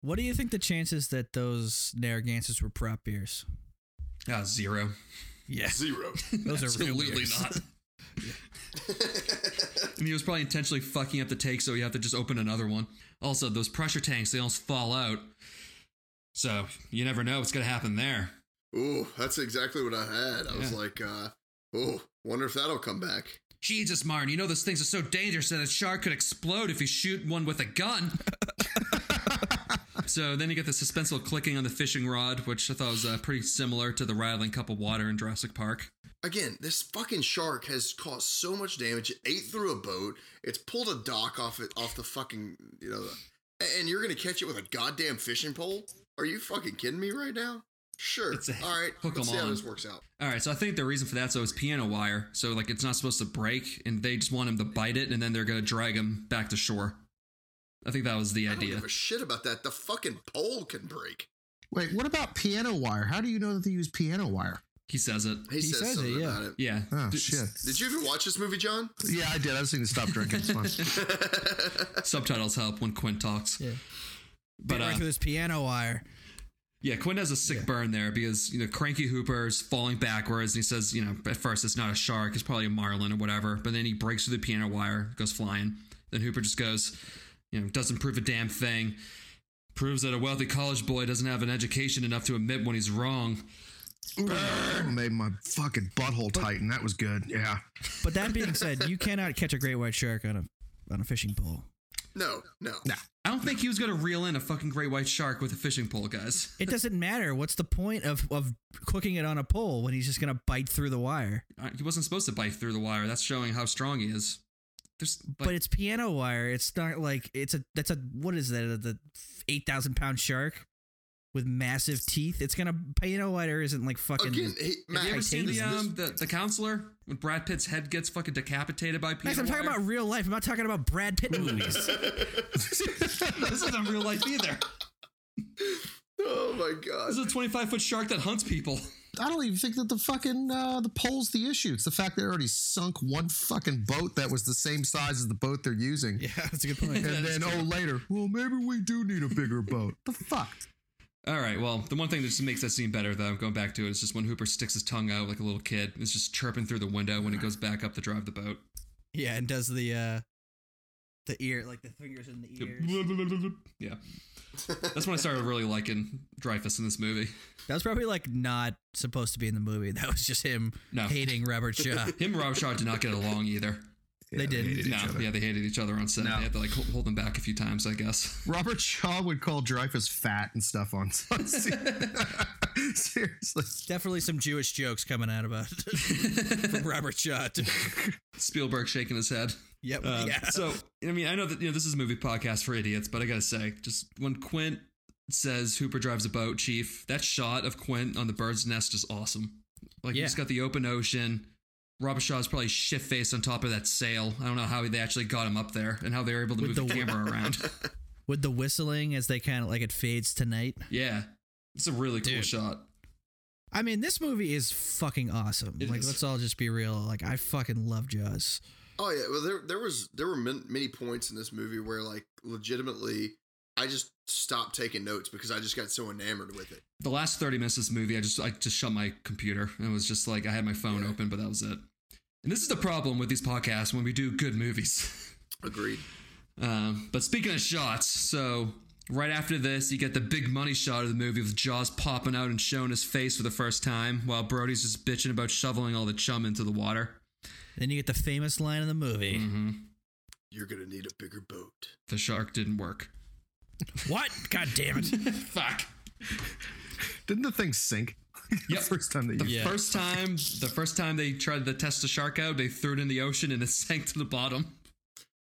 What do you think the chances that those Narragansetts were prop beers? Ah, zero. Yes, Zero. those are real Absolutely beers. not. And he was probably intentionally fucking up the take, so you have to just open another one. Also, those pressure tanks, they almost fall out. So you never know what's gonna happen there. Ooh, that's exactly what I had. I was Yeah. like, uh, ooh, wonder if that'll come back. Jesus, Martin, you know those things are so dangerous that a shark could explode if you shoot one with a gun. so then you get the suspenseful clicking on the fishing rod, which I thought was uh, pretty similar to the rattling cup of water in Jurassic Park. Again, this fucking shark has caused so much damage. It ate through a boat. It's pulled a dock off it off the fucking you know, and you're gonna catch it with a goddamn fishing pole? Are you fucking kidding me right now? Sure. It's a- All right. hook Let's 'em see how on. this works out. All right, so I think the reason for that so it's piano wire, so like it's not supposed to break, and they just want him to bite it, and then they're gonna drag him back to shore. I think that was the I don't idea. give a shit about that. The fucking pole can break. Wait, what about piano wire? How do you know that they use piano wire? He says it. He, He says, says it, something yeah. about it. Yeah. Oh D- shit! Did you even watch this movie, John? Yeah, I did. I was thinking, stop drinking. It's fine. Subtitles help when Quinn talks. Yeah. But right uh, through this piano wire. yeah, Quinn has a sick burn there because you know Cranky Hooper's falling backwards, and he says, you know, at first it's not a shark, it's probably a marlin or whatever. But then he breaks through the piano wire, goes flying. Then Hooper just goes, you know, doesn't prove a damn thing. Proves that a wealthy college boy doesn't have an education enough to admit when he's wrong. Made my fucking butthole tighten. That was good. Yeah. But that being said, you cannot catch a great white shark on a on a fishing pole. No, no. I don't think he was going to reel in a fucking great white shark with a fishing pole, guys. It doesn't matter. What's the point of of hooking it on a pole when he's just gonna bite through the wire? Uh, He wasn't supposed to bite through the wire. That's showing how strong he is. There's, like, but it's piano wire. It's not like it's a that's a what is that? The eight thousand pound shark with massive teeth. It's gonna piano wire isn't like fucking. Again, he, Matt, have you ever seen the, this- um, the the counselor when Brad Pitt's head gets fucking decapitated by Max, people? I'm talking about real life. I'm not talking about Brad Pitt movies. this isn't real life either. oh my This god. is a 25 foot shark that hunts people. I don't even think that the fucking uh, the pole's the issue. It's the fact they already sunk one fucking boat that was the same size as the boat they're using. yeah, that's a good point. And is then oh later, well maybe we do need a bigger boat. The fuck? All right. Well, the one thing that just makes that scene better, though, going back to it, is just when Hooper sticks his tongue out like a little kid. It's just chirping through the window when he goes back up to drive the boat. Yeah, and does the uh the ear like the fingers in the ears. Yeah. That's when I started really liking Dreyfus in this movie. That was probably like not supposed to be in the movie. That was just him No. hating Robert Shaw. Him and Rob Shaw did not get along either. they didn't. No, yeah, they hated each other on set. No. They had to like ho- hold them back a few times, I guess. Robert Shaw would call Dreyfus fat and stuff on on scene. Seriously. Definitely some Jewish jokes coming out about from Robert Shaw. too. Spielberg shaking his head. Yep. Um, yeah. So I mean, I know that you know this is a movie podcast for idiots, but I gotta say, just when Quint says Hooper drives a boat, Chief, that shot of Quint on the bird's nest is awesome. Like Yeah. you just got the open ocean. Robert Shaw's probably shit faced on top of that sail. I don't know how they actually got him up there and how they were able to With move the the- camera around. With the whistling as they kind of like it fades to night. Yeah. It's a really cool Dude. shot. I mean, this movie is fucking awesome. It like, is. let's all just be real. Like, I fucking love Jaws. Oh yeah. Well, there there was there were min- many points in this movie where like legitimately, I just stopped taking notes because I just got so enamored with it. The last 30 minutes of this movie, I just I just shut my computer and it was just like I had my phone Yeah. open, but that was it. And this is the problem with these podcasts when we do good movies. Agreed. Um, but speaking of shots, so right after this, you get the big money shot of the movie with Jaws popping out and showing his face for the first time, while Brody's just bitching about shoveling all the chum into the water. Then you get the famous line in the movie. Mm-hmm. You're gonna need a bigger boat. The shark didn't work. What? God damn it! Fuck. Didn't the thing sink? Yep. First time that The you Yeah. first time, the first time they tried to test the shark out, they threw it in the ocean and it sank to the bottom.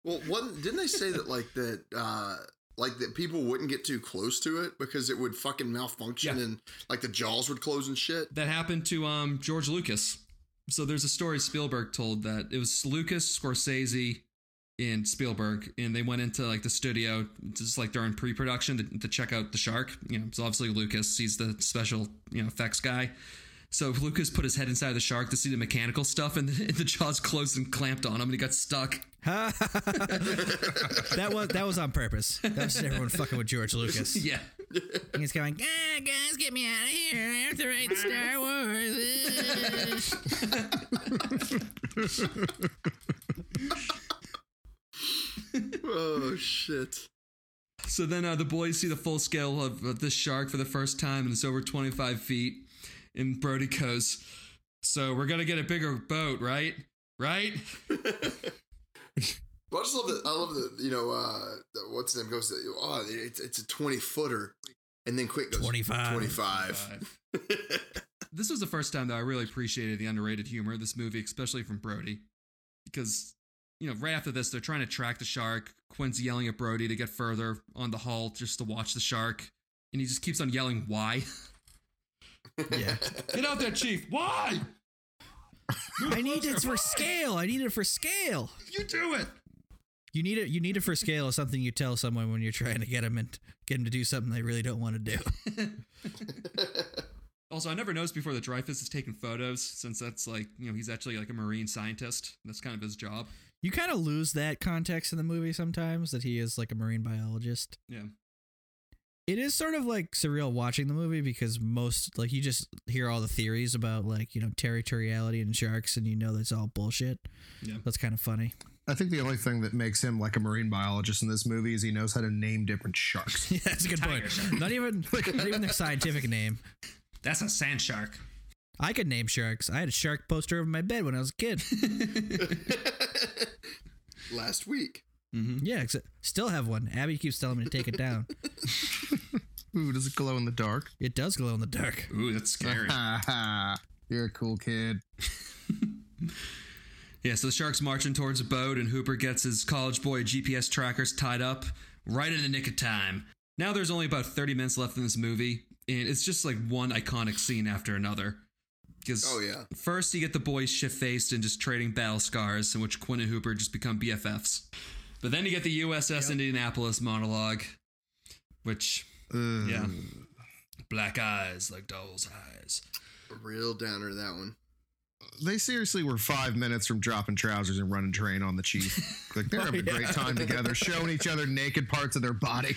Well, wasn't didn't they say that like that uh like that people wouldn't get too close to it because it would fucking malfunction Yeah. and like the jaws would close and shit. That happened to um, George Lucas. So there's a story Spielberg told that it was Lucas, Scorsese, and Spielberg, and they went into like the studio just like during pre-production to, to check out the shark. You know, it's obviously Lucas. He's the special you know effects guy. So Lucas put his head inside the shark to see the mechanical stuff, and the, the jaws closed and clamped on him, and he got stuck. that was that was on purpose. That was just everyone fucking with George Lucas. Yeah, And he's going, ah, guys, get me out of here. I have to write Star Wars. Uh." Oh shit. So then uh, the boys see the full scale of, of this shark for the first time, and it's over 25 feet. And Brody goes, So we're going to get a bigger boat, right? Right? Well, I just love that. I love that. You know, uh, that- what's his name goes. Oh, it's it's a twenty footer, and then quick goes 25. 25. this was the first time that I really appreciated the underrated humor of this movie, especially from Brody. Because, you know, right after this, they're trying to track the shark. Quinn's yelling at Brody to get further on the hull just to watch the shark. And he just keeps on yelling, Why? Yeah. get out there, Chief. Why? I need it for scale. I need it for scale. You do it. You need it. You need it for scale. Is something you tell someone when you're trying to get them and get them to do something they really don't want to do. Also, I never noticed before that Dreyfus is taking photos since that's like, you know, he's actually like a marine scientist. That's kind of his job. You kind of lose that context in the movie sometimes that he is like a marine biologist. Yeah. it is sort of like surreal watching the movie because most like you just hear all the theories about like you know territoriality and sharks and you know that's all bullshit. Yeah. That's kind of funny. I think the only thing that makes him like a marine biologist in this movie is he knows how to name different sharks. yeah, that's a good point. Not even not even their scientific name. That's a sand shark. I could name sharks. I had a shark poster over my bed when I was a kid. Last week. yeah, except, still have one. Abby keeps telling me to take it down. Ooh, does it glow in the dark? It does glow in the dark. Ooh, that's scary. Ha ha. You're a cool kid. Yeah, so the shark's marching towards a boat, and Hooper gets his college boy GPS trackers tied up right in the nick of time. Now there's only about 30 minutes left in this movie, and it's just like one iconic scene after another. 'Cause Oh, yeah. First, you get the boys shit faced and just trading battle scars, in which Quinn and Hooper just become BFFs. But then you get the USS Indianapolis monologue, which, Ugh. yeah. Black eyes like doll's eyes. A real downer, that one. They seriously were five minutes from dropping trousers and running train on the chief. Like they're having a great time together, showing each other naked parts of their body,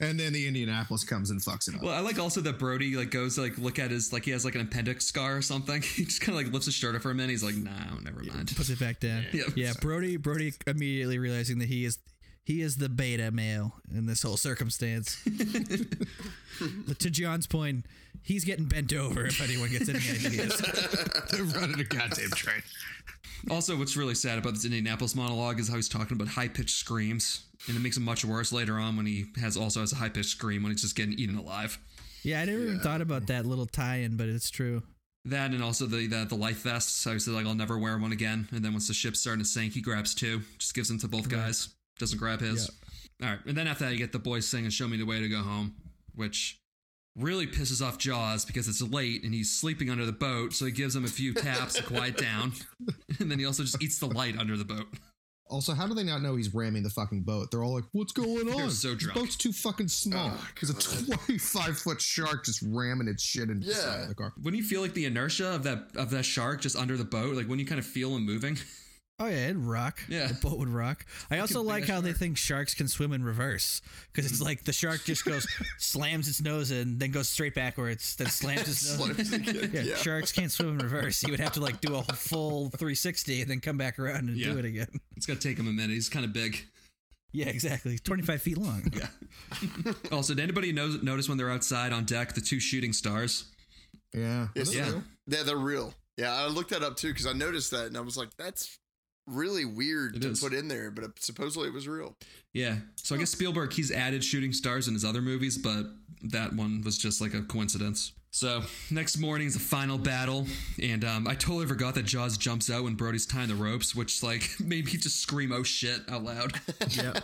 and then the Indianapolis comes and fucks it up. Well, I like also that Brody like goes to, like look at his like he has like an appendix scar or something. He just kind of like lifts his shirt up for a minute. He's like, nah, never mind. Puts it back down. Yeah. yeah, Brody. Brody immediately realizing that he is he is the beta male in this whole circumstance. but to John's point, he's getting bent over if anyone gets any ideas. They're running a goddamn train. Also, what's really sad about this Indianapolis monologue is how he's talking about high pitched screams, and it makes him much worse later on when he has also has a high pitched scream when he's just getting eaten alive. Yeah, I never even thought about that little tie-in, but it's true. That and also the the, the life vests. How he said like I'll never wear one again. And then once the ship's starting to sink, he grabs two, just gives them to both guys. Doesn't grab his. All right, and then after that, you get the boys singing "Show Me the Way to Go Home," which really pisses off Jaws because it's late and he's sleeping under the boat. So he gives him a few taps to quiet down, and then he also just eats the light under the boat. Also, how do they not know he's ramming the fucking boat? They're all like, "What's going on?" They're so drunk. The boat's too fucking small. Oh, There's a twenty-five foot shark just ramming its shit into the side Yeah. of the car. When you feel like the inertia of that of that shark just under the boat, like when you kind of feel him moving, Oh yeah, it'd rock. Yeah. the boat would rock. I also like how they think sharks can swim in reverse because it's like the shark just goes slams its nose in, then goes straight backwards, then slams its nose. in. yeah, sharks can't swim in reverse. You would have to like do a full 360 and then come back around and Yeah. do it again. it's gonna take him a minute. He's kind of big. Yeah, exactly. 25 feet long. Yeah. also, did anybody know, notice when they're outside on deck the two shooting stars? Yeah, Yes, Yeah. Yeah, they're real. Yeah, I looked that up too because I noticed that and I was like, that's really weird It to is. put in there, but uh, supposedly it was real. Yeah. So I guess Spielberg he's added shooting stars in his other movies, but that one was just like a coincidence. So next morning is the final battle, and um, I totally forgot that Jaws jumps out when Brody's tying the ropes, which like made me just scream "Oh shit!" out loud. Yeah.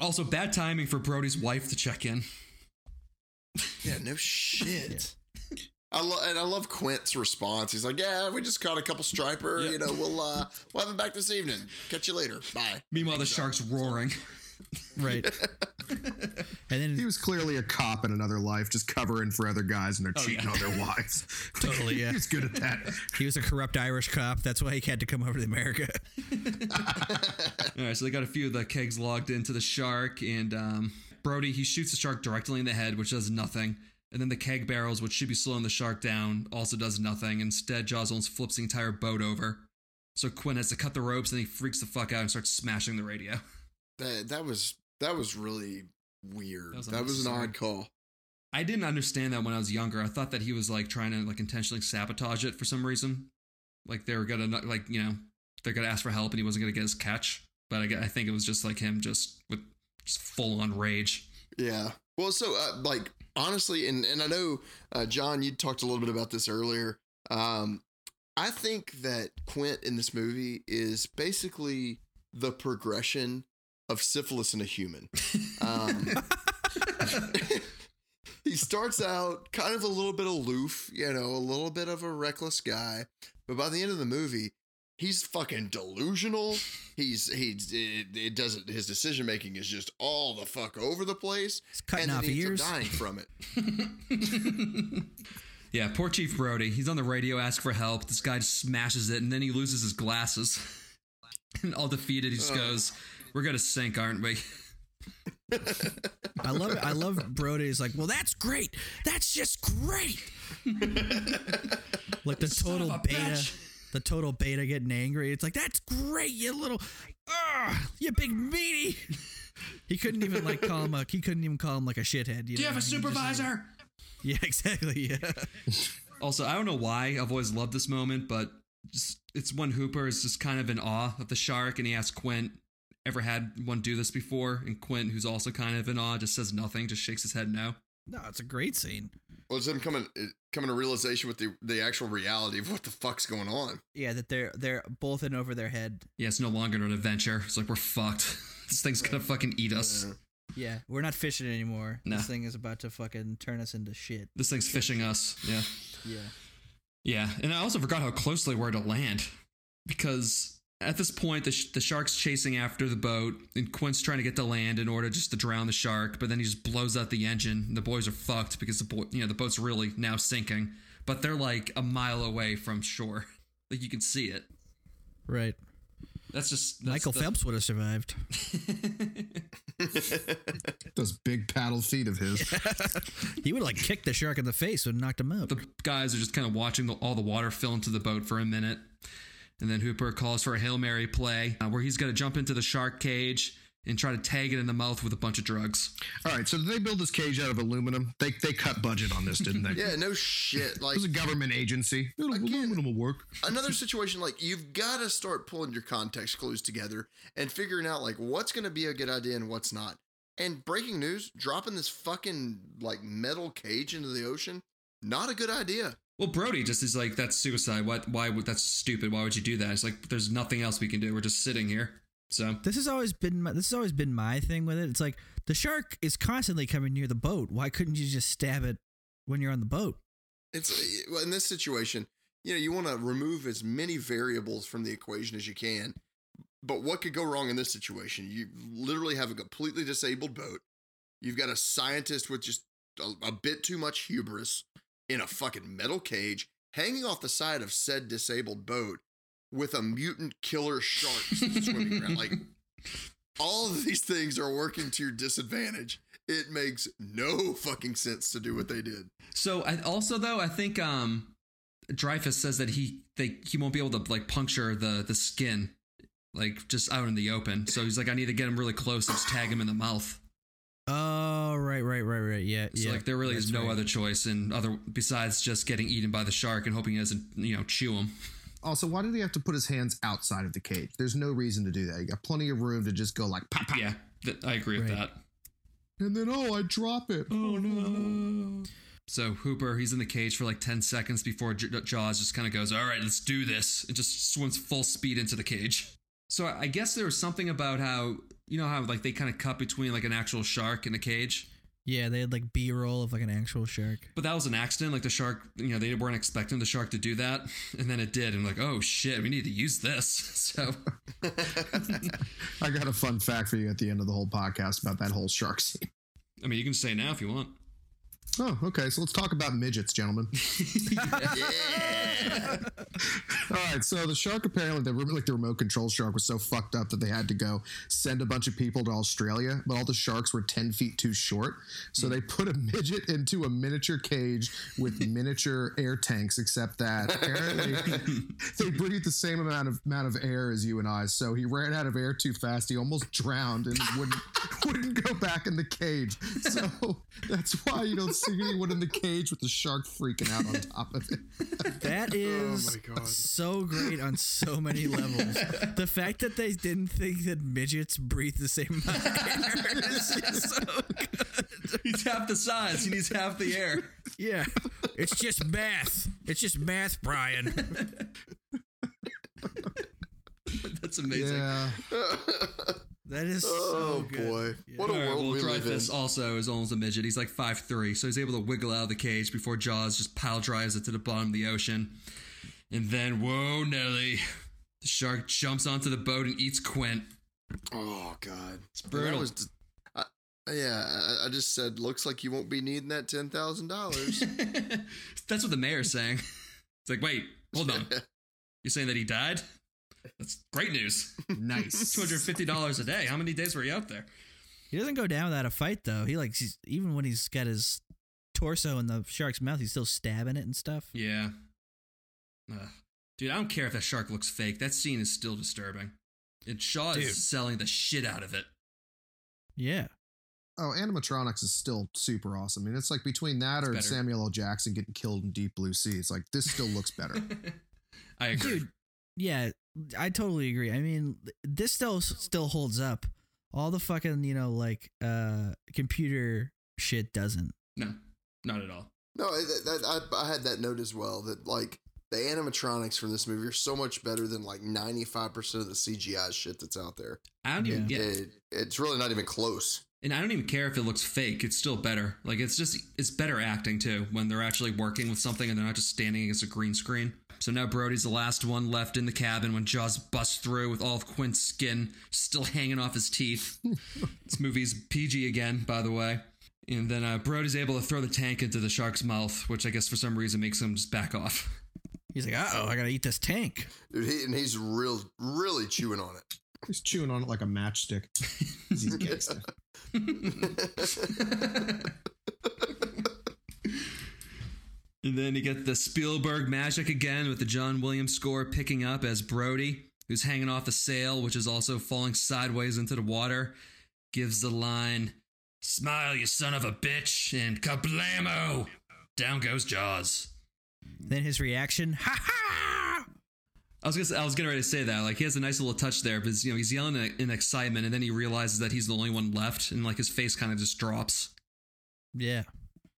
also, bad timing for Brody's wife to check in. Yeah, no shit. I lo- and I love Quint's response. He's like, "Yeah, we just caught a couple striper. You know, we'll uh, we'll have him back this evening. Catch you later. Bye." Meanwhile, the shark's roaring. Right. And then He was clearly a cop in another life, just covering for other guys and they're cheating on their wives. Totally, yeah. he was good at that. he was a corrupt Irish cop. That's why he had to come over to America. All right, so they got a few of the kegs logged into the shark, and um, Brody he shoots the shark directly in the head, which does nothing. And then the keg barrels, which should be slowing the shark down, also does nothing. Instead, Jaws almost flips the entire boat over. So Quinn has to cut the ropes, and he freaks the fuck out and starts smashing the radio. That that was that was really weird. That That was was, an unnecessary. odd call. I didn't understand that when I was younger. I thought that he was like trying to like intentionally sabotage it for some reason. Like they were gonna like you know they're gonna ask for help, and he wasn't gonna get his catch. But I, gu- I think it was just like him just with just full on rage. Yeah. Well, so uh, like honestly, and and I know uh, John, you talked a little bit about this earlier. Um, I think that Quint in this movie is basically the progression of syphilis in a human. Um, he starts out kind of a little bit aloof, you know, a little bit of a reckless guy, but by the end of the movie, he's fucking delusional. He's he's it, it doesn't his decision making is just all the fuck over the place, He's cutting and then off he ears. ends up dying from it. Yeah, poor Chief Brody. He's on the radio, asks for help. This guy just smashes it, and then he loses his glasses. and all defeated, he just goes, "We're gonna sink, aren't we?" I love it. I love Brody's like, well, that's great. That's just great. like the total beta, the total beta getting angry. It's like that's great, you little, ugh, you big meaty. He couldn't even like call him a. He couldn't even call him like a shithead. You Do you know? have a He just- supervisor? yeah, exactly. Yeah. Also, I don't know why I've always loved this moment, but just, it's when Hooper is just kind of in awe of the shark, and he asks Quint, "Ever had one do this before?" And Quint, who's also kind of in awe, just says nothing, just shakes his head no. No, it's a great scene. Well, it's him coming it- coming to realization with the the actual reality of what the fuck's going on. Yeah, that they're they're both in over their head. Yeah, it's no longer an adventure. It's like we're fucked. this thing's gonna fucking eat us. Yeah, we're not fishing anymore. No. This thing is about to fucking turn us into shit. This thing's fishing us. Yeah. Yeah. Yeah, and I also forgot how close they were to land because at this point the, sh- the shark's chasing after the boat and Quint's trying to get to land in order just to drown the shark, but then he just blows out the engine. And the boys are fucked because the boy, you know, the boat's really now sinking, but they're like a mile away from shore. Like you can see it. Right. That's just that's Michael the- Phelps would have survived. Those big paddle feet of his. He would have like kicked the shark in the face and knocked him out. The guys are just kind of watching the, all the water fill into the boat for a minute. And then Hooper calls for a Hail Mary play uh, where he's going to jump into the shark cage and try to tag it in the mouth with a bunch of drugs. All right, so they build this cage out of aluminum. They they cut budget on this, didn't they? Yeah, no shit. Like It was a government agency. It'll- Aluminum will work. another situation like you've got to start pulling your context clues together and figuring out like what's going to be a good idea and what's not. And breaking news, dropping this fucking like metal cage into the ocean, not a good idea. Well, Brody just is like, that's suicide. What? Why would that's stupid? Why would you do that? It's like there's nothing else we can do. We're just sitting here. So this has always been my, this has always been my thing with it. It's like the shark is constantly coming near the boat. Why couldn't you just stab it when you're on the boat? It's eh, well, in this situation, you know, you want to remove as many variables from the equation as you can. But what could go wrong in this situation? You literally have a completely disabled boat. You've got a scientist with just a, a bit too much hubris in a fucking metal cage hanging off the side of said disabled boat with a mutant killer shark swimming around. Like, all of these things are working to your disadvantage. It makes no fucking sense to do what they did. so I also though I think um Dreyfus says that he they he won't be able to like puncture the the skin like just out in the open. So he's like, I need to get him really close and just tag him in the mouth. Oh, right, right, right, right. Yeah, So yeah. like there really is that's no right. other choice and other besides just getting eaten by the shark and hoping he doesn't you know chew him. Also, why did he have to put his hands outside of the cage? There's no reason to do that. You got plenty of room to just go like pop, pop. Yeah, th- I agree with Right. that. And then oh, I drop it. Oh no. So Hooper, he's in the cage for like 10 seconds before J- Jaws just kind of goes, all right, let's do this. It just swims full speed into the cage. So I I guess there was something about how, you know, how like they kind of cut between like an actual shark and a cage, Yeah, they had like B roll of like an actual shark. but that was an accident. Like the shark, you know, they weren't expecting the shark to do that. And then it did. And like, oh shit, we need to use this. So I got a fun fact for you at the end of the whole podcast about that whole shark scene. I mean, you can say now if you want. Oh, okay. So let's talk about midgets, gentlemen. All right. So the shark apparently, the rem- like the remote control shark, was so fucked up that they had to go send a bunch of people to Australia, but all the sharks were ten feet too short. So they put a midget into a miniature cage with miniature air tanks, except that apparently they breathe the same amount of amount of air as you and I. So he ran out of air too fast. He almost drowned and wouldn't wouldn't go back in the cage. So that's why you don't see anyone in the cage with the shark freaking out on top of it. That Oh, is so great on so many levels. The fact that they didn't think that midgets breathe the same amount of air is just so good. He's half the size. He needs half the air. Yeah, it's just math. It's just math, Brian. That's amazing. Yeah. That is Oh so good. boy, what a All right, world well, we live in! Dreyfus also is almost a midget. He's like 5'3", so he's able to wiggle out of the cage before Jaws just pile drives it to the bottom of the ocean. And then, whoa, Nelly. The shark jumps onto the boat and eats Quint. Oh god, It's That brutal. was d- I- yeah, I- I just said looks like you won't be needing that ten thousand dollars. That's what the mayor's saying. It's like, wait, hold on. You're saying that he died? That's great news. Nice. $250 a day. How many days were he out there? He doesn't go down without a fight though. He like he's, even when he's got his torso in the shark's mouth, he's still stabbing it and stuff. Yeah. Ugh. Dude, I don't care if that shark looks fake. That scene is still disturbing. And Shaw Dude. is selling the shit out of it. Yeah. Oh, animatronics is still super awesome. I mean, it's like between that or better. Samuel L. Jackson getting killed in Deep Blue Sea. It's like this still looks better. I agree. Dude, yeah, I totally agree. I mean, this still still holds up. All the fucking, you know, like uh computer shit doesn't. No, not at all. No, I- that, that, I, I had that note as well that like the animatronics from this movie are so much better than like 95% of the CGI shit that's out there. I don't even get It, it's really not even close. And I don't even care if it looks fake. It's still better. Like it's just it's better acting too when they're actually working with something and they're not just standing against a green screen. So now Brody's the last one left in the cabin when Jaws busts through with all of Quint's skin still hanging off his teeth. this movie's PG again, by the way. And then uh, Brody's able to throw the tank into the shark's mouth, which I guess for some reason makes him just back off. He's like, uh oh, I gotta eat this tank. Dude, he, and he's real, really chewing on it. He's chewing on it like a matchstick. He's a gangster. And then you get the Spielberg magic again with the John Williams score picking up as Brody, who's hanging off the sail, which is also falling sideways into the water, gives the line, Smile, you son of a bitch, and kablamo! Down goes Jaws. Then his reaction, ha ha! I was, gonna, I was getting ready to say that. Like, he has a nice little touch there, but you know, he's yelling in, in excitement, and then he realizes that he's the only one left, and like his face kind of just drops. Yeah.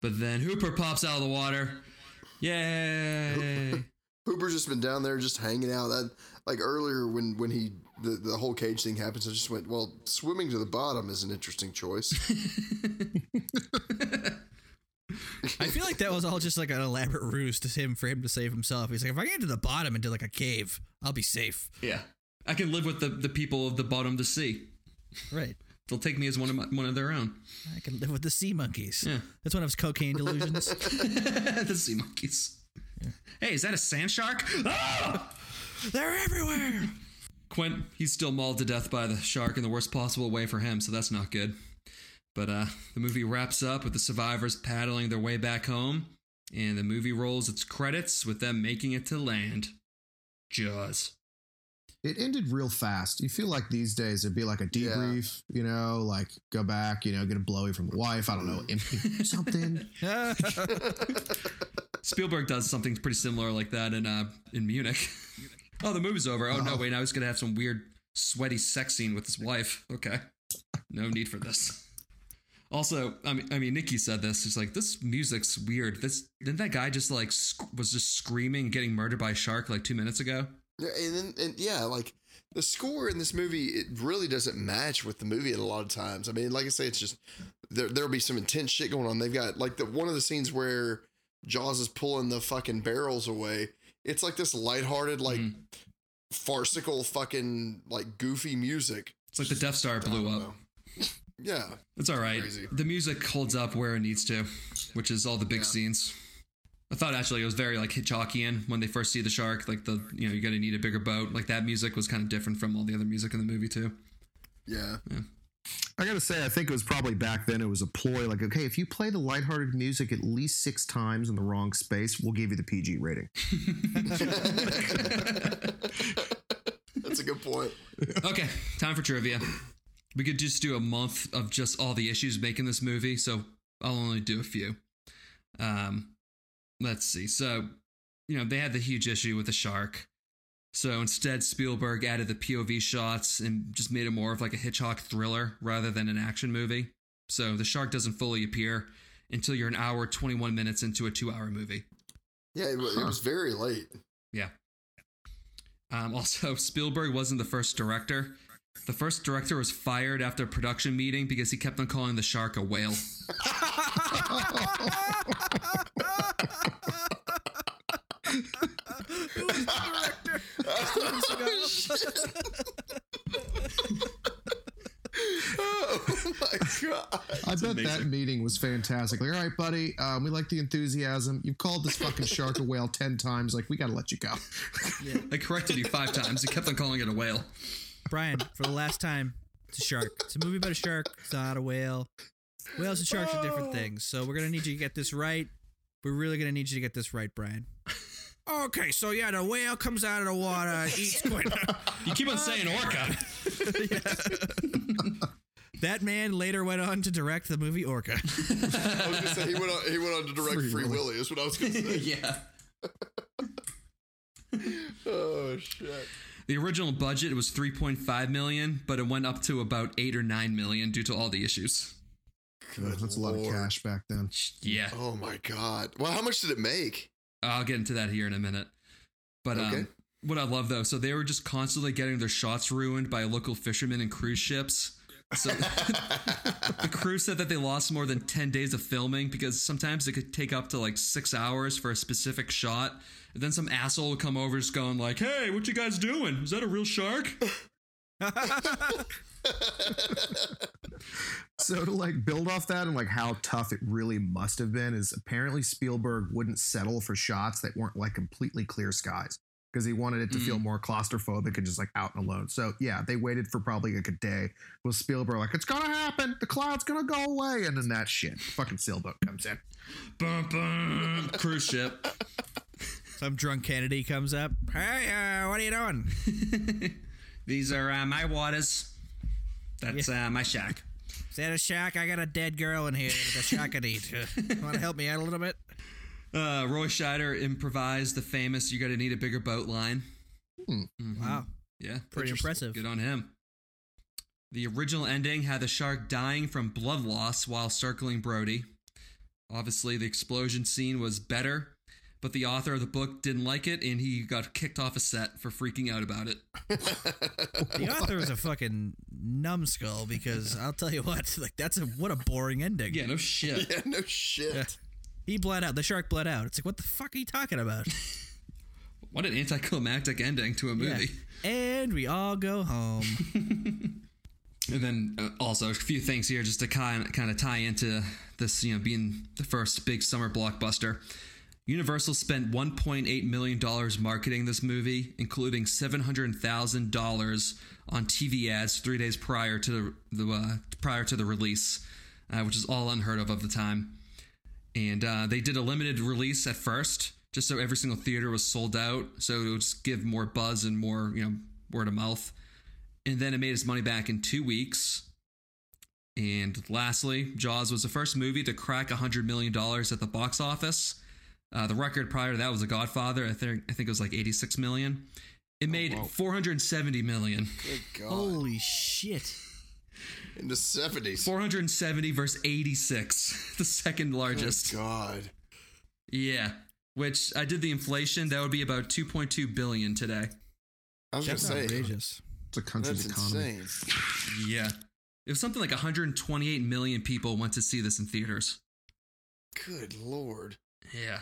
But then Hooper pops out of the water. Yay! Hooper's just been down there just hanging out. That like earlier when when he the, the whole cage thing happens, I just went, well, swimming to the bottom is an interesting choice. I feel like that was all just like an elaborate ruse to him for him to save himself. He's like, if I get to the bottom into like a cave, I'll be safe. Yeah. I can live with the, the people of the bottom of the sea. Right. They'll take me as one of my, one of their own. I can live with the sea monkeys. Yeah. That's one of his cocaine delusions. the sea monkeys. Hey, is that a sand shark? Ah! They're everywhere. Quint, he's still mauled to death by the shark in the worst possible way for him, so that's not good. But uh, the movie wraps up with the survivors paddling their way back home, and the movie rolls its credits with them making it to land. Jaws. It ended real fast. You feel like these days it'd be like a debrief, you know, like go back, you know, get a blowy from the wife. I don't know, imp- something. Spielberg does something pretty similar like that in uh, in Munich. oh, the movie's over. Oh no, wait, I was gonna have some weird sweaty sex scene with his wife. Okay, no need for this. Also, I mean, I mean, Nikki said this. She's like, "This music's weird." This didn't that guy just like sc- was just screaming, getting murdered by a shark like two minutes ago. Yeah, and then and yeah, like the score in this movie, it really doesn't match with the movie at a lot of times. I mean, like I say, it's just there there'll be some intense shit going on. They've got like the one of the scenes where Jaws is pulling the fucking barrels away. It's like this lighthearted, like Mm-hmm. farcical fucking like goofy music. It's like the Death Star blew up. Yeah. It's all right. Crazy. The music holds up where it needs to, which is all the big scenes. I thought actually it was very like Hitchcockian when they first see the shark, like the you know you got to need a bigger boat. Like that music was kind of different from all the other music in the movie too. Yeah. I gotta say, I think it was probably back then. It was a ploy, like, okay, if you play the lighthearted music at least six times in the wrong space, we'll give you the PG rating. That's a good point. Okay, time for trivia. We could just do a month of just all the issues making this movie, so I'll only do a few. Um, let's see. So, you know, they had the huge issue with the shark. So instead, Spielberg added the POV shots and just made it more of like a Hitchcock thriller rather than an action movie. So the shark doesn't fully appear until you're an hour, 21 minutes into a two hour movie. Yeah, it, wa- it was very late. Yeah. Um, also, Spielberg wasn't the first director. The first director was fired after a production meeting because he kept on calling the shark a whale. Oh my god. I bet that meeting was fantastic. Like, all right, buddy, um, we like the enthusiasm. You've called this fucking shark a whale ten times. Like, we gotta let you go. I corrected you five times. He kept on calling it a whale. Brian, for the last time, It's a shark. It's a movie about a shark. It's not a whale. Whales and sharks are different things. So we're gonna need you to get this right. We're really gonna need you to get this right, Brian. Okay, so yeah, the whale comes out of the water, and eats squid. You keep on saying orca. that man later went on to direct the movie Orca. I was gonna say he went on. He went on to direct Free, Willy. Is what I was gonna say. yeah. Oh shit. The original budget was 3.5 million, but it went up to about 8 or 9 million due to all the issues. That's a lot of Lord. cash back then. Yeah. Oh my god. Well, how much did it make? I'll get into that here in a minute. But um, Okay. what I love though, so they were just constantly getting their shots ruined by local fishermen and cruise ships. So the crew said that they lost more than 10 days of filming because sometimes it could take up to like six hours for a specific shot. And then some asshole would come over just going like, hey, what you guys doing? Is that a real shark? So to like build off that and like how tough it really must have been is apparently Spielberg wouldn't settle for shots that weren't like completely clear skies because he wanted it to Mm. feel more claustrophobic and just like out and alone. So yeah, they waited for probably like a day with Spielberg like it's gonna happen, the cloud's gonna go away, and then that shit fucking sailboat comes in. bum, bum. Cruise ship. Some drunk Kennedy comes up. Hey, uh, what are you doing? These are uh, my waters. That's uh, my shack. Is that a shark? I got a dead girl in here that a shark could eat. Want to help me out a little bit? Uh, Roy Scheider improvised the famous "You got to need a bigger boat" line. Hmm. Mm-hmm. Wow, Yeah, pretty impressive. good on him. The original ending had the shark dying from blood loss while circling Brody. Obviously, the explosion scene was better, but the author of the book didn't like it, and he got kicked off a set for freaking out about it. The author was a fucking numbskull because I'll tell you what, like that's a what a boring ending. Yeah, no shit. yeah, no shit. He bled out. The shark bled out. It's like what the fuck are you talking about? What an anticlimactic ending to a Yeah. movie. And we all go home. And then uh, also a few things here just to kind kind of tie into this, you know, being the first big summer blockbuster. Universal spent 1.8 million dollars marketing this movie, including 700,000 dollars on TV ads three days prior to the, the uh, prior to the release, uh, which is all unheard of of the time. And uh, they did a limited release at first, just so every single theater was sold out, so it would just give more buzz and more, you know, word of mouth and then it made its money back in two weeks. And lastly, Jaws was the first movie to crack $100 million at the box office. Uh, the record prior to that was The Godfather. I think I think it was like 86 million. It made 470 million. Good god. Holy shit! In the seventies. 470 versus 86, the second largest. God. Yeah, which I did the inflation. That would be about 2.2 billion today. I was That's gonna say outrageous. It's a country's that's economy. insane. Yeah, it was something like 128 million people went to see this in theaters. Good lord. Yeah.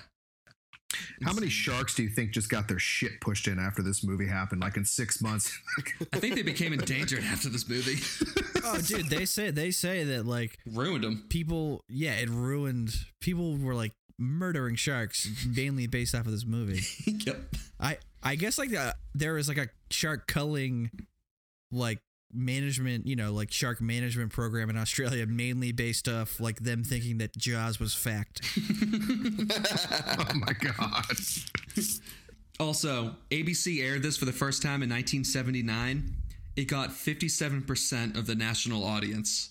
How many sharks do you think just got their shit pushed in after this movie happened? Like in six months, I think they became endangered after this movie. Oh, dude, they say they say that like Ruined them. people. Yeah, it ruined. People were like murdering sharks mainly based off of this movie. yep. I I guess like the, there is like a shark culling like management, you know, like shark management program in Australia mainly based off like them thinking that Jaws was fact. oh my god! Also, ABC aired this for the first time in 1979. It got 57% of the national audience.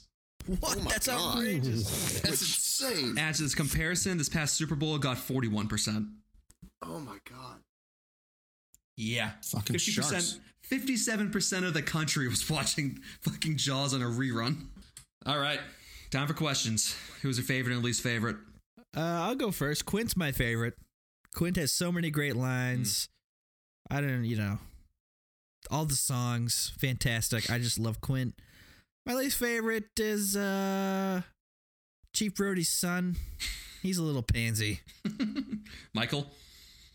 What? Oh my That's god. outrageous. That's insane. As this comparison, this past Super Bowl got 41%. Oh my god. Yeah. Fucking sharks. 57% of the country was watching fucking Jaws on a rerun. All right. Time for questions. Who was your favorite and least favorite? Uh, I'll go first. Quint's my favorite. Quint has so many great lines. Mm. I don't, you know, all the songs fantastic. I just love Quint. My least favorite is uh Chief Brody's son. He's a little pansy. Michael?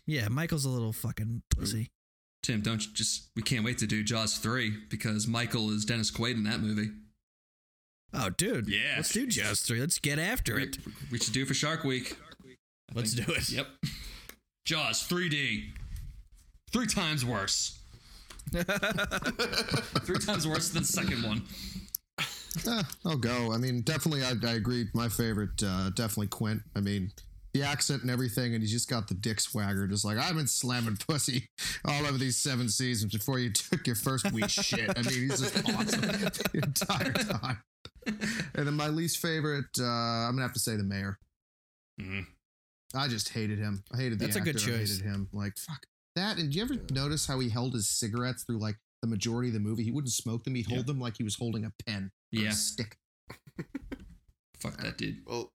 Yeah, Michael's a little fucking pussy. Tim, don't you just. We can't wait to do Jaws 3 because Michael is Dennis Quaid in that movie. Oh, dude. Yeah. Let's do Jaws 3. Let's get after it. We should do it for Shark Week. Let's do it. Yep. Jaws 3D. Three times worse. Three times worse than the second one. Eh, I'll go. I mean, definitely, I, I agree. My favorite, uh, definitely Quint. I mean, the accent and everything, and he's just got the dick swagger. Just like I've been slamming pussy all over these seven seasons before you took your first wee shit. I mean, he's just awesome the entire time. And then my least favorite, uh, I'm gonna have to say the mayor. Mm-hmm. Mhm. I just hated him. I hated the That's a actor. good I choice. hated him. Like fuck that. And do you ever notice how he held his cigarettes through like the majority of the movie? He wouldn't smoke them. He'd hold them like he was holding a pen. or Yeah. a stick. Fuck that dude. Well,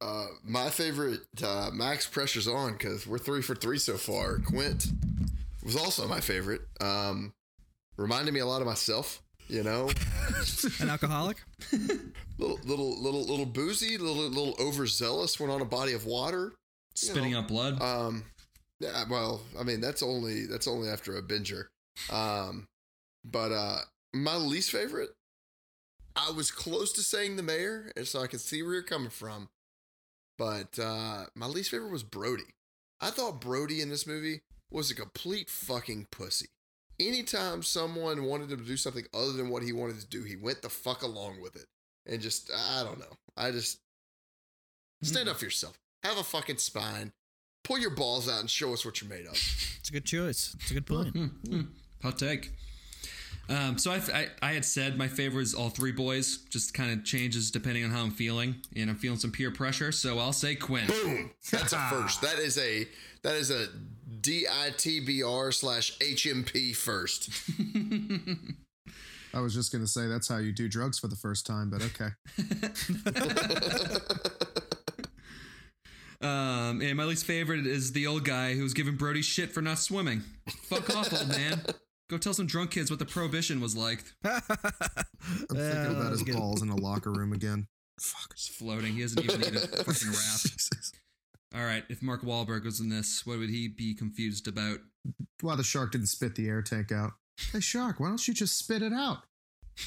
uh, my favorite uh, Max Pressure's on because we're three for three so far. Quint was also my favorite. Um, reminded me a lot of myself. You know, An alcoholic? little little little little boozy, little little overzealous when on a body of water. Spitting out blood. Um, yeah, well, I mean that's only that's only after a binger. Um, but uh, my least favorite, I was close to saying the mayor, and so I can see where you're coming from. But uh, my least favorite was Brody. I thought Brody in this movie was a complete fucking pussy. Anytime someone wanted him to do something other than what he wanted to do, he went the fuck along with it. And just, I don't know. I just, stand up for yourself. Have a fucking spine. Pull your balls out and show us what you're made of. It's a good choice. It's a good point. Hot take. Um, so I, I, I had said my favorite is all three boys. Just kind of changes depending on how I'm feeling, and I'm feeling some peer pressure. So I'll say Quinn. Boom. That's a first. That is a that is a D I T B R slash H M P first. I was just gonna say that's how you do drugs for the first time, but okay. Um, and my least favorite is the old guy who was giving Brody shit for not swimming. Fuck off, old man. Go tell some drunk kids what the prohibition was like. I'm Yeah, Uh, thinking about that was his good. balls in a locker room again. Fuck. Just floating. He doesn't even need a fucking wrap. Jesus. All right, if Mark Wahlberg was in this, what would he be confused about? Why the shark didn't spit the air tank out? Hey shark, why don't you just spit it out?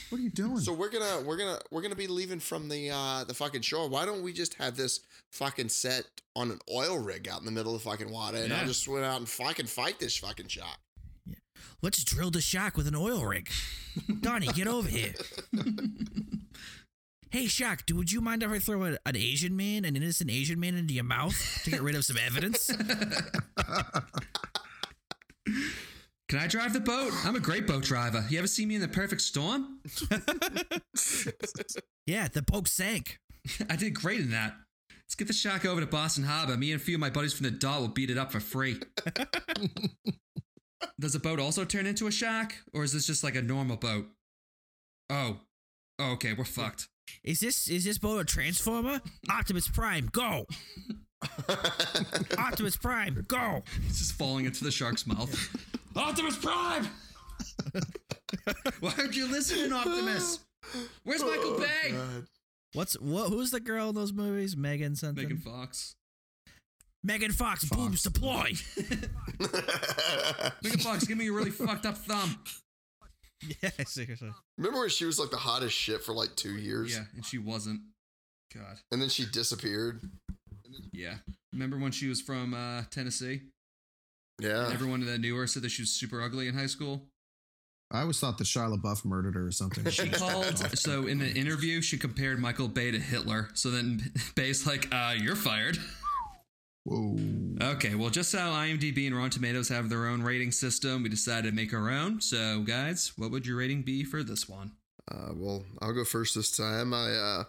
What are you doing? So we're gonna we're gonna we're gonna be leaving from the uh the fucking shore. Why don't we just have this fucking set on an oil rig out in the middle of the fucking water and I'll Yeah. just swim out and fucking fight this fucking shot. Let's drill the shock with an oil rig. Donnie, get over here. hey, Shock, do, would you mind if I throw a, an Asian man, an innocent Asian man, into your mouth to get rid of some evidence? Can I drive the boat? I'm a great boat driver. You ever see me in the perfect storm? yeah, the boat sank. I did great in that. Let's get the shack over to Boston Harbor. Me and a few of my buddies from the dot will beat it up for free. Does a boat also turn into a shack, or is this just like a normal boat? Oh, oh okay, we're fucked. Is this is this boat a transformer? Optimus Prime, go! Optimus Prime, go! It's just falling into the shark's mouth. Optimus Prime! Why aren't you listening, Optimus? Where's Michael Bay? What's what? Who's the girl in those movies? Megan something. Megan Fox. Megan Fox, boobs deploy. Megan Fox, give me your really fucked up thumb. yeah, seriously. Remember when she was like the hottest shit for like two years? Yeah, and she wasn't. God. And then she disappeared. Yeah. Remember when she was from uh, Tennessee? Uh. Yeah. And everyone that knew her said that she was super ugly in high school. I always thought that Shia LaBeouf murdered her or something. She called. so in an interview, she compared Michael Bay to Hitler. So then Bay's like, uh, "You're fired." Whoa. Okay. Well, just how IMDb and Rotten Tomatoes have their own rating system, we decided to make our own. So, guys, what would your rating be for this one? Uh, well, I'll go first this time. I uh,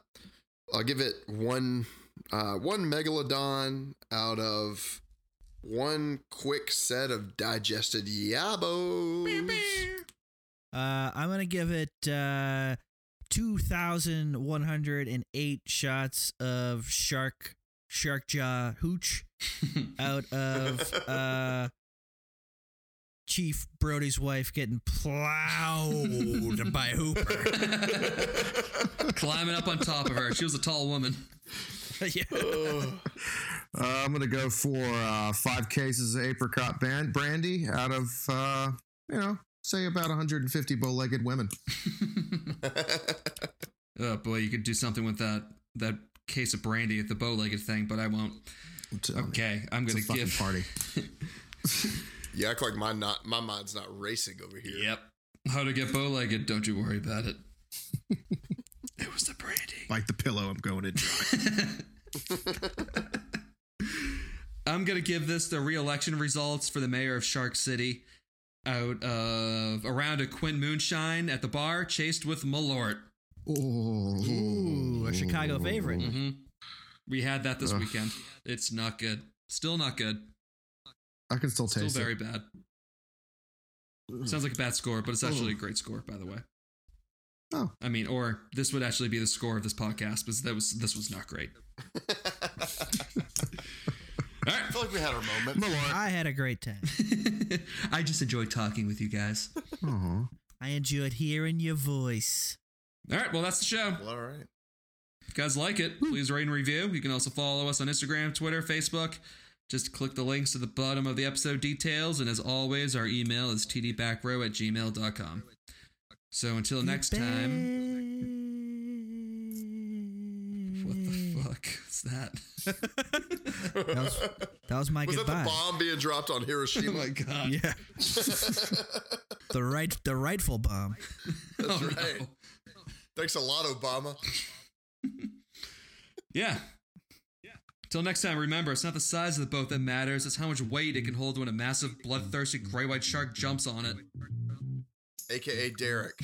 I'll give it one uh, one megalodon out of one quick set of digested yabos. Uh, I'm gonna give it uh, two thousand one hundred and eight shots of shark shark jaw hooch out of uh, Chief Brody's wife getting plowed by Hooper. Climbing up on top of her. She was a tall woman. yeah. Uh, I'm gonna go for uh, five cases of apricot band brandy out of uh, you know say about 150 bow-legged women. Oh boy, you could do something with that that case of brandy at the bow-legged thing, but I won't. I'm telling you, Okay, I'm it's gonna a fucking give. party. You act like my not my mind's not racing over here. Yep. How to get bow-legged? Don't you worry about it. Like the pillow I'm going to dry. I'm gonna give this the re-election results for the mayor of Shark City. Out of around a Quinn Moonshine at the bar, chased with Malort. Ooh, a Chicago favorite. hmm We had that this Ugh. weekend. It's not good. Still not good. I can still Still taste very it. bad. Sounds like a bad score, but it's actually a great score, by the way. Oh. I mean, or this would actually be the score of this podcast, but that was this was not great. All I feel like we had our moment. I had a great time. right. I just enjoy talking with you guys. Aw. I enjoyed hearing your voice. All right, well that's the show. Well, all right. If you guys like it, please rate and review. You can also follow us on Instagram, Twitter, Facebook. Just click the links at the bottom of the episode details. And as always, our email is tdbackrow at gmail.com. So until next time. What Mm. the fuck is that? That was, that was my Was that goodbye. the bomb being dropped on Hiroshima? Oh my god. Yeah, The right, the rightful bomb. That's Oh, right. no. Thanks a lot, Obama. Yeah. Till next time, remember, it's not the size of the boat that matters, it's how much weight it can hold when a massive, bloodthirsty, gray white shark jumps on it. AKA Derek.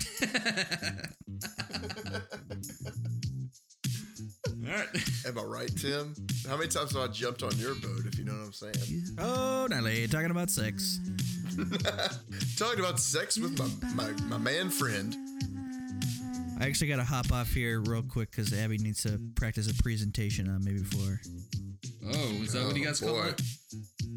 All right. Am I right, Tim? How many times have I jumped on your boat, if you know what I'm saying? Oh, Nelly, talking about sex. Talking about sex with my, my, my man friend. I actually got to hop off here real quick because Abby needs to practice a presentation on me before. Oh, is that what you Oh, guys call boy. it?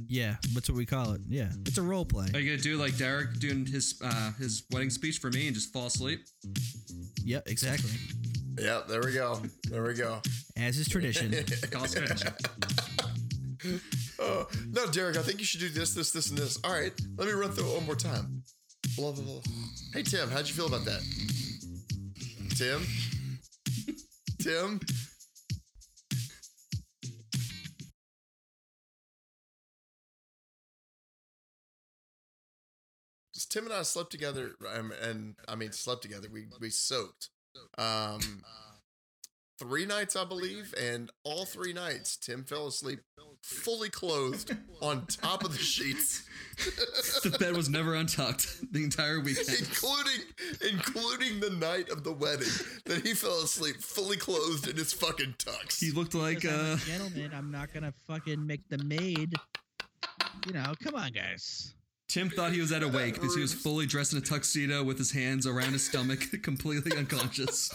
Yeah, that's what we call it. Yeah, it's a role play. Are you gonna do like Derek doing his uh, his wedding speech for me and just fall asleep? Yeah, exactly. Yeah, there we go. There we go. As is tradition. Call it tradition. Oh, no, Derek, I think you should do this, this, this, and this. All right, let me run through it one more time. Blah, blah, blah. Hey, Tim, how'd you feel about that? Tim? Tim? Just Tim and I slept together, um, and I mean, slept together. We, we soaked. Um, three nights, I believe, and all three nights, Tim fell asleep fully clothed on top of the sheets, the bed was never untucked the entire weekend. including including the night of the wedding that he fell asleep fully clothed in his fucking tux. He looked like uh, gentleman, I'm not gonna fucking make the maid. You know, come on, guys. Tim thought he was at a wake because he was fully dressed in a tuxedo with his hands around his stomach, completely unconscious.